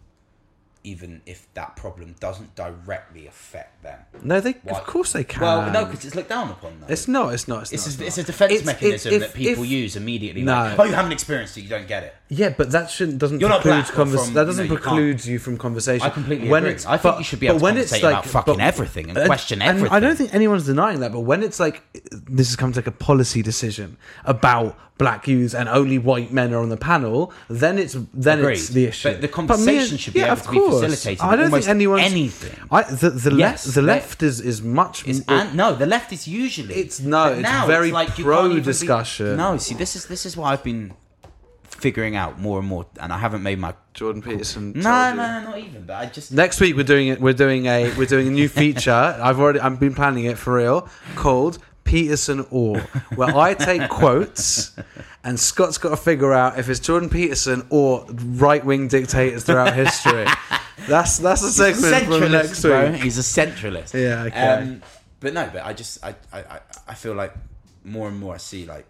A: even if that problem doesn't directly affect them.
B: No, they
A: Why-
B: of course they can.
A: Well, no, because it's looked down upon. Though.
B: it's not. It's not.
A: It's,
B: It's,
A: a,
B: not, not.
A: it's a defense
B: It's- it's-
A: mechanism
B: if-
A: that people
B: if-
A: use immediately.
B: No.
A: Like, oh, you haven't experienced it, you don't get it.
B: Yeah, but that shouldn't doesn't
A: You're not
B: preclude
A: black or
B: convers-
A: from-
B: that doesn't
A: you know, you
B: preclude you from conversation.
A: I completely
B: when
A: agree.
B: It's,
A: I think
B: but-
A: you should be able
B: but
A: to
B: when
A: conversate
B: it's like,
A: about fucking
B: but-
A: everything and question
B: I
A: everything.
B: don't think anyone's denying that. But when it's like this has come to like a policy decision about black youths and only white men are on the panel, then it's then
A: Agreed.
B: it's the issue.
A: But the
B: me
A: conversation
B: and-
A: should be
B: yeah,
A: able
B: of
A: to be
B: course.
A: facilitated
B: I don't think
A: almost
B: anyone's
A: anything.
B: I, the the
A: Yes,
B: left the
A: they-
B: left is is much
A: It's and no, the left is usually
B: It's- no,
A: but
B: it's
A: now
B: very
A: you can't even be-
B: pro-discussion.
A: no, see, this is this is what I've been figuring out more and more, and I haven't made my
B: Jordan Peterson.
A: no, no, no, not even. But I just
B: Next week we're doing it. We're doing a we're doing a new feature. I've already I've been planning it for real. Called Peterson or, where I take quotes, and Scott's got to figure out if it's Jordan Peterson or right wing dictators throughout history. That's that's a
A: He's a
B: segment from next
A: centralist, bro.
B: week.
A: He's a centralist. Um,
B: Yeah, okay.
A: but no, but I just I, I I- I feel like more and more I see like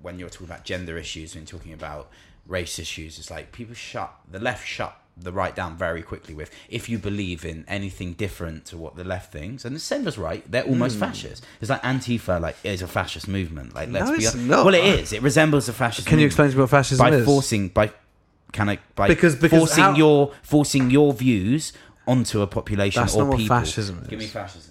A: when you're talking about gender issues and talking about race issues, it's like people shut the left shut the right down very quickly with if you believe in anything different to what the left thinks and the same as right they're
B: Hmm.
A: almost fascist it's like antifa like is a fascist movement like let's
B: No,
A: be
B: it's
A: hon-
B: not.
A: well it is it resembles a fascist
B: Can you
A: movement
B: explain to me what fascism
A: by
B: is?
A: forcing by can I by
B: Because- because
A: forcing
B: how-
A: your forcing your views onto a population
B: That's
A: or
B: not what
A: people.
B: fascism is.
A: Give me fascism.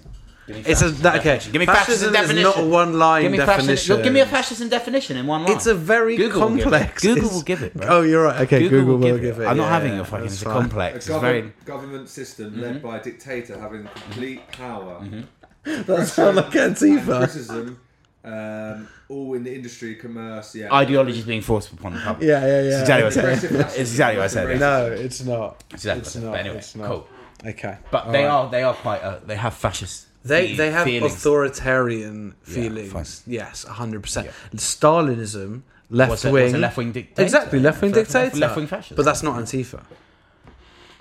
A: Give me
B: It's a-
A: fascism
B: that- okay.
A: definition. Give me
B: Fascism
A: fascism,
B: is
A: definition.
B: not a one-line
A: Give me fascism-
B: definition.
A: Look, give me a fascism definition in one line.
B: It's a very
A: Google will give it.
B: complex.
A: Google
B: it's-
A: will give it. Bro.
B: Oh, you're right. Okay, Google, will give, it.
A: I'm not
B: Yeah,
A: having
B: yeah,
A: your fucking.
B: that's
A: It's a
B: fine.
E: A
A: complex. It's
E: govern-
A: very. Mm-hmm.
E: government system led by a dictator having complete power.
B: That sounds like
E: And
B: Antifa.
E: criticism, um, all in the industry, commerce, yeah.
A: Ideology is being forced upon the public.
B: Yeah, yeah, yeah.
A: It's exactly what I
E: Okay.
A: said. It's exactly what I said.
B: No, it's not.
A: It's exactly what I
B: It's
A: said.
B: not,
A: But anyway,
B: it's not.
A: cool.
B: Okay.
A: But they are they are quite. Uh, they have fascist.
B: They
A: fe-
B: they have
A: feelings.
B: authoritarians feelings.
A: fine.
B: yes, hundred percent. Stalinism, left
A: Was a-
B: wing,
A: was a left-wing dictator.
B: Exactly, left wing
A: Left- left-
B: dictator,
A: left-wing fascist.
B: But that's not Antifa.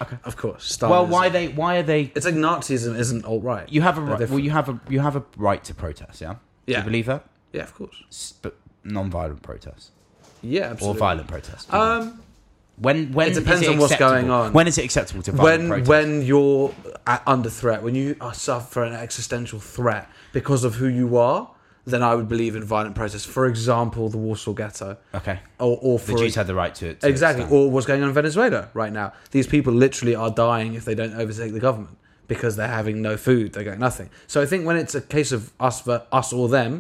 B: Okay, of course. Stalinism.
A: Well, why they why are they
B: It's like Nazism isn't alt right.
A: You have a
B: They're
A: right. Well,
B: different.
A: you have a you have a right to protest. Yeah. Do
B: Yeah.
A: you believe that?
B: yeah, of course.
A: S- But non-violent protest
B: Yeah,
A: or
B: absolutely.
A: violent protest.
B: Um,
A: when when
B: it depends
A: is
B: on what's
A: acceptable?
B: going on.
A: When is it acceptable to violent
B: when
A: protest?
B: when you're at, under threat, when you are suffer an existential threat because of who you are, then I would believe in violent protest. For example, the Warsaw Ghetto,
A: okay,
B: or or
A: the
B: for
A: Jews had the right to it.
B: Exactly. Or what's going on in Venezuela right now. These people literally are dying if they don't overtake the government because they're having no food, they're getting nothing. So I think when it's a case of us ver- us or them,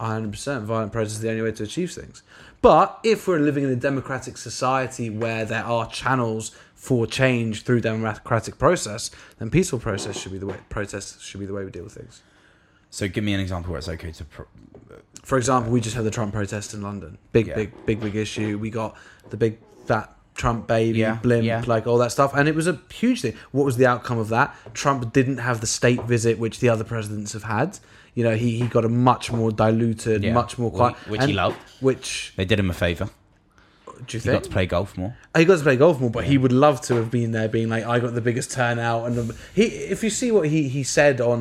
B: 100% violent protest is the only way to achieve things. But if we're living in a democratic society where there are channels for change through democratic process, then peaceful process should be the way protests should be the way we deal with things.
A: so give me an example where it's okay to. Pro-
B: For example, we just had the Trump protest in London. Big,
A: Yeah.
B: big, big, big issue. We got the big that Trump baby
A: Yeah,
B: blimp,
A: yeah.
B: like all that stuff, and it was a huge thing. What was the outcome of that? Trump didn't have the state visit which the other presidents have had. You know, he, he got a much more diluted,
A: Yeah.
B: much more
A: Whi-
B: quiet,
A: which he loved.
B: Which
A: they did him a favor.
B: do you
A: He got
B: think?
A: to play golf more.
B: He got to play golf more, but he would love to have been there, being like, "I got the biggest turnout." And the, he, if you see what he, he said on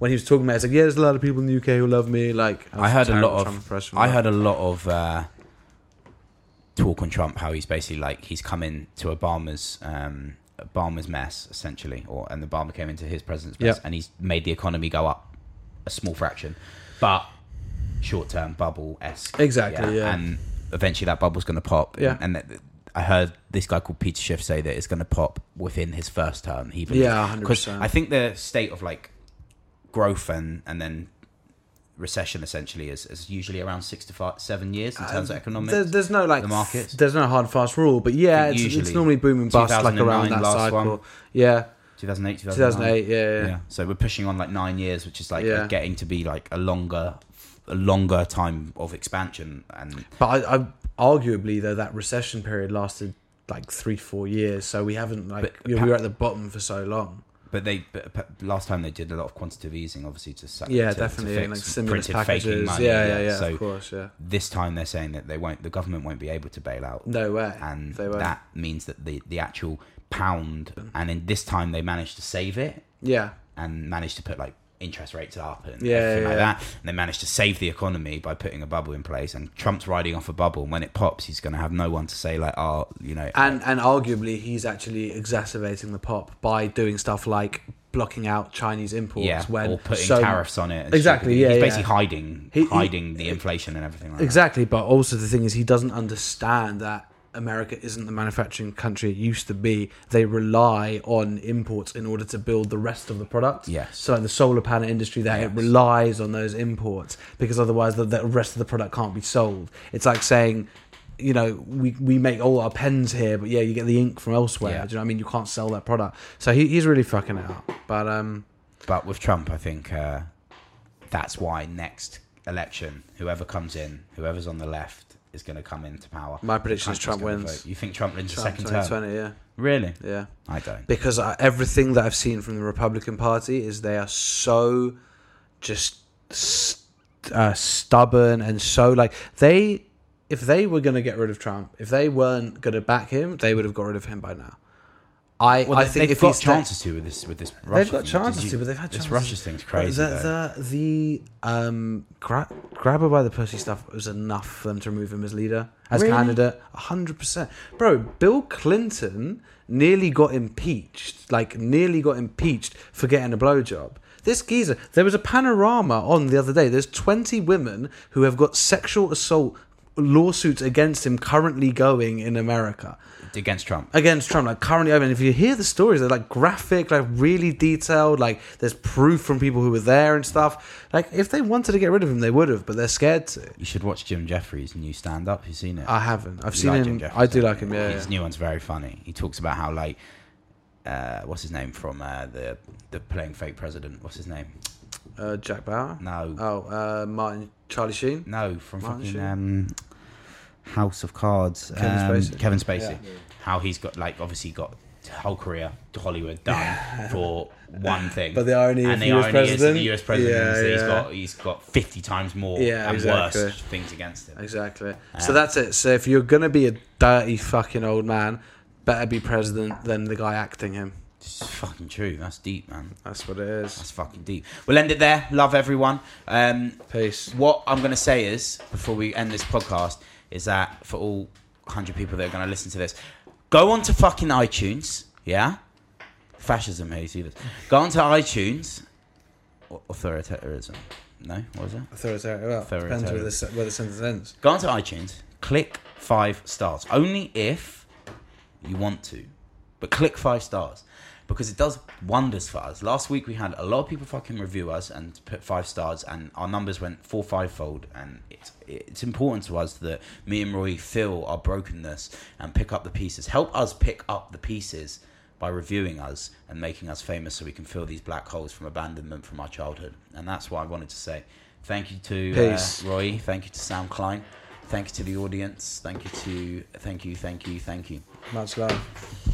B: when he was talking about, it, it's like, "Yeah, there's a lot of people in the UK who love me." Like,
A: I heard a
B: terrible
A: lot
B: Trump press
A: of
B: from
A: I
B: that.
A: heard a lot of uh, talk on Trump how he's basically like he's come in to Obama's um, Obama's mess essentially, or and Obama came into his president's mess,
B: Yeah.
A: and he's made the economy go up a small fraction, but short term bubble esque
B: Exactly, yeah.
A: and eventually that bubble's going to pop,
B: Yeah.
A: and. that I heard this guy called Peter Schiff say that it's going to pop within his first term. He believes.
B: Yeah, 100%.
A: 'Cause I think the state of like growth and and then recession essentially is, is usually around six to five, seven years
B: Uh,
A: in terms of economics.
B: There, there's no like
A: the markets.
B: There's no hard fast rule, but yeah,
A: But
B: it's, it's
A: usually-
B: normally boom and bust like
A: 2009
B: around that
A: last
B: cycle.
A: one.
B: Yeah,
A: 2008,
B: 2008.
A: 2009.
B: Yeah, yeah.
A: So we're pushing on like nine years, which is like
B: Yeah.
A: getting to be like a longer, a longer time of expansion. And
B: But I, I arguably though that recession period lasted like three four years, so we haven't like
A: But-
B: you know, we were at the bottom for so long.
A: but they but, but last time they did a lot of quantitative easing, obviously to sac-
B: Yeah,
A: to,
B: definitely.
A: to
B: and,
A: fix
B: like stimulus
A: printed faking
B: packages.
A: money,
B: yeah, yeah, yeah.
A: so
B: of course, yeah.
A: this time they're saying that they won't, the government won't be able to bail out.
B: No way.
A: and
B: they were.
A: that means that the the actual pound and in this time they managed to save it
B: Yeah.
A: and managed to put like interest rates up and
B: Yeah,
A: everything
B: yeah,
A: like
B: yeah.
A: that. And they managed to save the economy by putting a bubble in place. And Trump's riding off a bubble. And when it pops, he's going to have no one to say, like, oh, you know.
B: and and arguably he's actually exacerbating the pop by doing stuff like blocking out Chinese imports
A: yeah,
B: when
A: or putting
B: so-
A: tariffs on it. and
B: Exactly,
A: stupid-
B: yeah,
A: he's
B: yeah.
A: basically hiding,
B: He- he-
A: hiding the inflation and everything like that.
B: Exactly, but also the thing is, he doesn't understand that America isn't the manufacturing country it used to be. They rely on imports in order to build the rest of the product.
A: Yes.
B: So, like the solar panel industry, that it
A: Yes.
B: relies on those imports because otherwise the, the rest of the product can't be sold. It's like saying, you know, we, we make all our pens here, but yeah, you get the ink from elsewhere.
A: Yeah.
B: Do you know what I mean? You can't sell that product. So he, he's really fucking it up. But um,
A: But with Trump, I think uh, that's why next election, whoever comes in, whoever's on the left, is going to come into power.
B: My prediction is
A: Country's
B: Trump
A: gonna
B: wins.
A: vote. You think Trump wins
B: Trump
A: the second term?
B: 2020, yeah,
A: Really?
B: yeah.
A: I don't.
B: because I, everything that I've seen from the Republican Party is they are so just st- uh, stubborn and so like they if they were going to get rid of Trump, if they weren't going to back him, they would have got rid of him by now. I
A: Well,
B: I
A: they-
B: think
A: they've
B: if
A: got
B: he's
A: chances to with this with this. Russia
B: They've got
A: thing.
B: chances
A: Did
B: to,
A: you-
B: but they've had chances.
A: this Russia thing's crazy.
B: The
A: though.
B: the, the um, gra- grab her by the pussy stuff was enough for them to remove him as leader, as
A: Really?
B: candidate. hundred percent, bro. Bill Clinton nearly got impeached, like nearly got impeached for getting a blowjob. This geezer. There was a panorama on the other day. There's 20 women who have got sexual assault lawsuits against him currently going in America
A: Against Trump.
B: against Trump, like currently open. If you hear the stories, they're like graphic, like really detailed. Like there's proof from people who were there and stuff. Like if they wanted to get rid of him, they would have, but they're scared to.
A: You should watch Jim Jeffries' new stand-up. You seen it?
B: I haven't. I've
A: You
B: seen
A: like Jim
B: him.
A: Jeffries,
B: I do
A: don't
B: like
A: you?
B: him. Yeah.
A: his
B: yeah.
A: new one's very funny. He talks about how like, uh, what's his name from uh, the the playing fake president? What's his name?
B: Uh, Jack Bauer.
A: No,
B: Oh, uh, Martin Charlie Sheen.
A: No, from
B: Martin
A: fucking
B: Sheen?
A: um, House of Cards.
B: Kevin
A: um,
B: Spacey.
A: Kevin Spacey.
B: Yeah.
A: How he's got like obviously got his whole career to Hollywood done for one thing.
B: But the irony if
A: and the
B: he was
A: irony is that
B: president-
A: the US president
B: Yeah,
A: is that he's
B: yeah.
A: got he's got fifty times more
B: Yeah,
A: and worse
B: exactly.
A: things against him.
B: Exactly. so that's it. So if you're gonna be a dirty fucking old man, better be president than the guy acting him.
A: It's fucking true. That's deep, man.
B: That's what it is.
A: That's fucking deep. We'll end it there. Love everyone. Um,
B: Peace.
A: What I'm going to say is, before we end this podcast, is that for all 100 people that are going to listen to this, go on to fucking iTunes, yeah? Fascism, how you see this. Go on to iTunes. Au- Authoritarianism. No? What was it?
B: Authoritarian. Well, depends where
A: Authoritarian.
B: the, se- where the sentence ends.
A: Go on to iTunes, click five stars. Only if you want to. But click five stars. Because it does wonders for us. Last week we had a lot of people fucking review us and put five stars, and our numbers went four five fold. And it's it's important to us that me and Roy feel our brokenness and pick up the pieces. Help us pick up the pieces by reviewing us and making us famous, so we can fill these black holes from abandonment from our childhood. And that's what I wanted to say. Thank you to uh,
B: Peace.
A: Roy. Thank you to Sam Klein. Thank you to the audience. Thank you to thank you thank you thank you.
B: Much love.